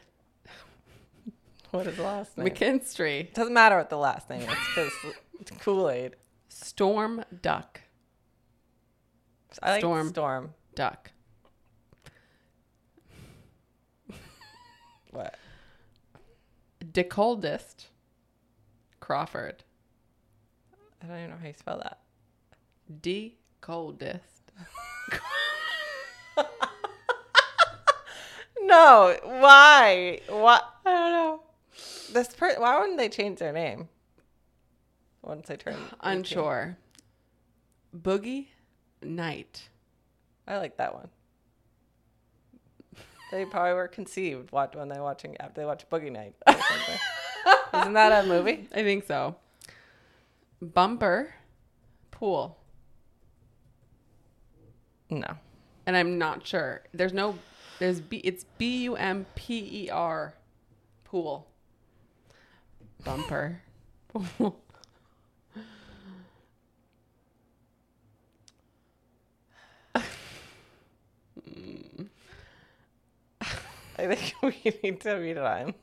Speaker 2: What is the last name?
Speaker 1: McKinstry,
Speaker 2: It doesn't matter what the last name is because Kool Aid.
Speaker 1: Storm Duck,
Speaker 2: I like
Speaker 1: Storm.
Speaker 2: storm. storm.
Speaker 1: Duck,
Speaker 2: What?
Speaker 1: Decoldest, Crawford,
Speaker 2: I don't even know how you spell that.
Speaker 1: Decoldest.
Speaker 2: No. Why? What? I don't know. This per- Why wouldn't they change their name? Once they turn 18.
Speaker 1: Unsure. Boogie Night.
Speaker 2: I like that one. They probably were conceived watch when they watching after they watch Boogie Night. or something. Isn't that a movie?
Speaker 1: I think so. Bumper pool.
Speaker 2: No.
Speaker 1: And I'm not sure. There's no there's B it's B U M P E R pool. Bumper pool.
Speaker 2: I think we need to read it on.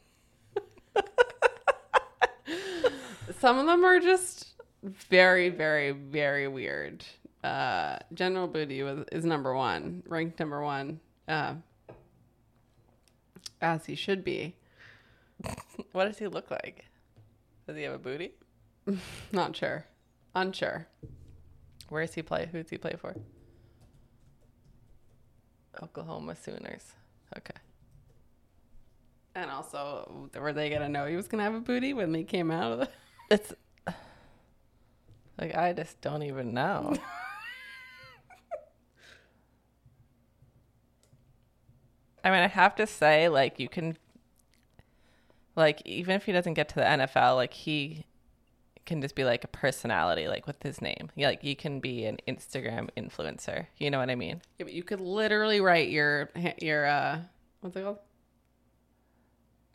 Speaker 1: Some of them are just very, very, very weird. Uh General Booty was is number one, ranked number one. Uh, as he should be.
Speaker 2: What does he look like? Does he have a booty?
Speaker 1: Not sure. Unsure.
Speaker 2: Where does he play? Who does he play for? Oklahoma Sooners. Okay.
Speaker 1: And also, were they gonna know he was gonna have a booty when they came out of the?
Speaker 2: It's like I just don't even know. I mean, I have to say, like, you can, like, even if he doesn't get to the NFL, like, he can just be like a personality, like, with his name. Yeah, like, you can be an Instagram influencer. You know what I mean?
Speaker 1: Yeah, but you could literally write your ha- your uh, what's it called?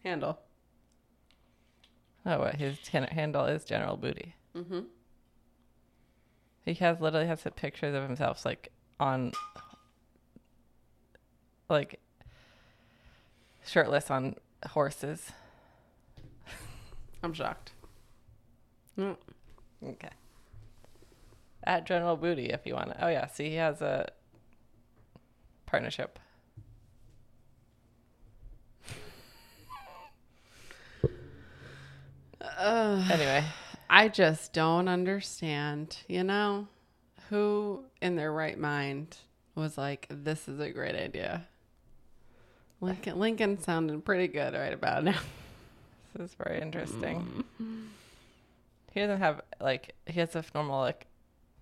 Speaker 1: Handle.
Speaker 2: Oh, what his ten- handle is General Booty.
Speaker 1: Mm-hmm.
Speaker 2: He has literally has the pictures of himself like on like shirtless on horses.
Speaker 1: I'm shocked. Mm.
Speaker 2: Okay. At General Booty if you want to. Oh yeah, see he has a partnership.
Speaker 1: Uh,
Speaker 2: Anyway,
Speaker 1: I I just don't understand, you know, who in their right mind was like, this is a great idea. Lincoln, Lincoln sounded pretty good right about now.
Speaker 2: This is very interesting. Mm. He doesn't have like he has a normal like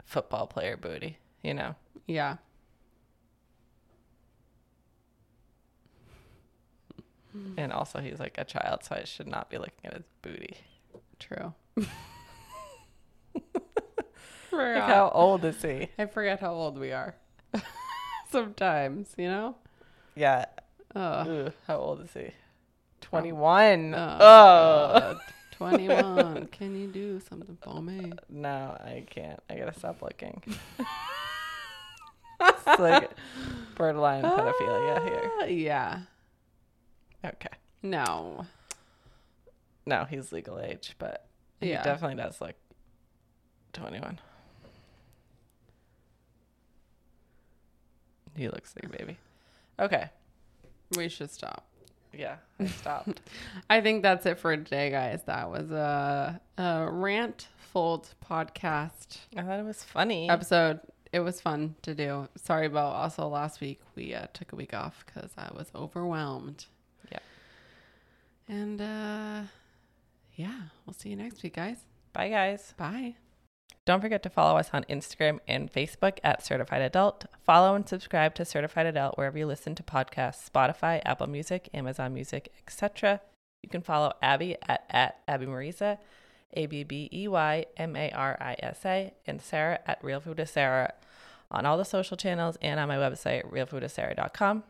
Speaker 2: football player booty, you know.
Speaker 1: Yeah.
Speaker 2: And also he's like a child, so I should not be looking at his booty.
Speaker 1: True.
Speaker 2: Like,
Speaker 1: Forgot-
Speaker 2: how old is he?
Speaker 1: I forget how old we are. Sometimes, you know?
Speaker 2: Yeah.
Speaker 1: Ugh.
Speaker 2: Ugh, Oh. how old is he? Twenty one.
Speaker 1: Oh,
Speaker 2: Oh,
Speaker 1: God. 21. uh, Can you do something for me?
Speaker 2: no, I can't. I gotta stop looking. it's like borderline pedophilia here.
Speaker 1: Ah, Yeah.
Speaker 2: Okay.
Speaker 1: No.
Speaker 2: No, he's legal age, but he
Speaker 1: Yeah.
Speaker 2: definitely does look twenty one. He looks like a baby. Okay.
Speaker 1: We should stop.
Speaker 2: Yeah. I stopped.
Speaker 1: I think that's it for today, guys. That was a, a rant fold podcast
Speaker 2: I thought it was funny.
Speaker 1: episode. It was fun to do. Sorry about also last week. We uh, took a week off because I was overwhelmed.
Speaker 2: Yeah.
Speaker 1: And uh, yeah, we'll see you next week, guys.
Speaker 2: Bye guys.
Speaker 1: Bye.
Speaker 2: Don't forget to follow us on Instagram and Facebook at Certified Adult. Follow and subscribe to Certified Adult wherever you listen to podcasts, Spotify, Apple Music, Amazon Music, etc. You can follow Abby at, at Abby Marisa, A B B E Y M A R I S A, and Sarah at Real Food is Sarah on all the social channels and on my website, realfoodisarah.com.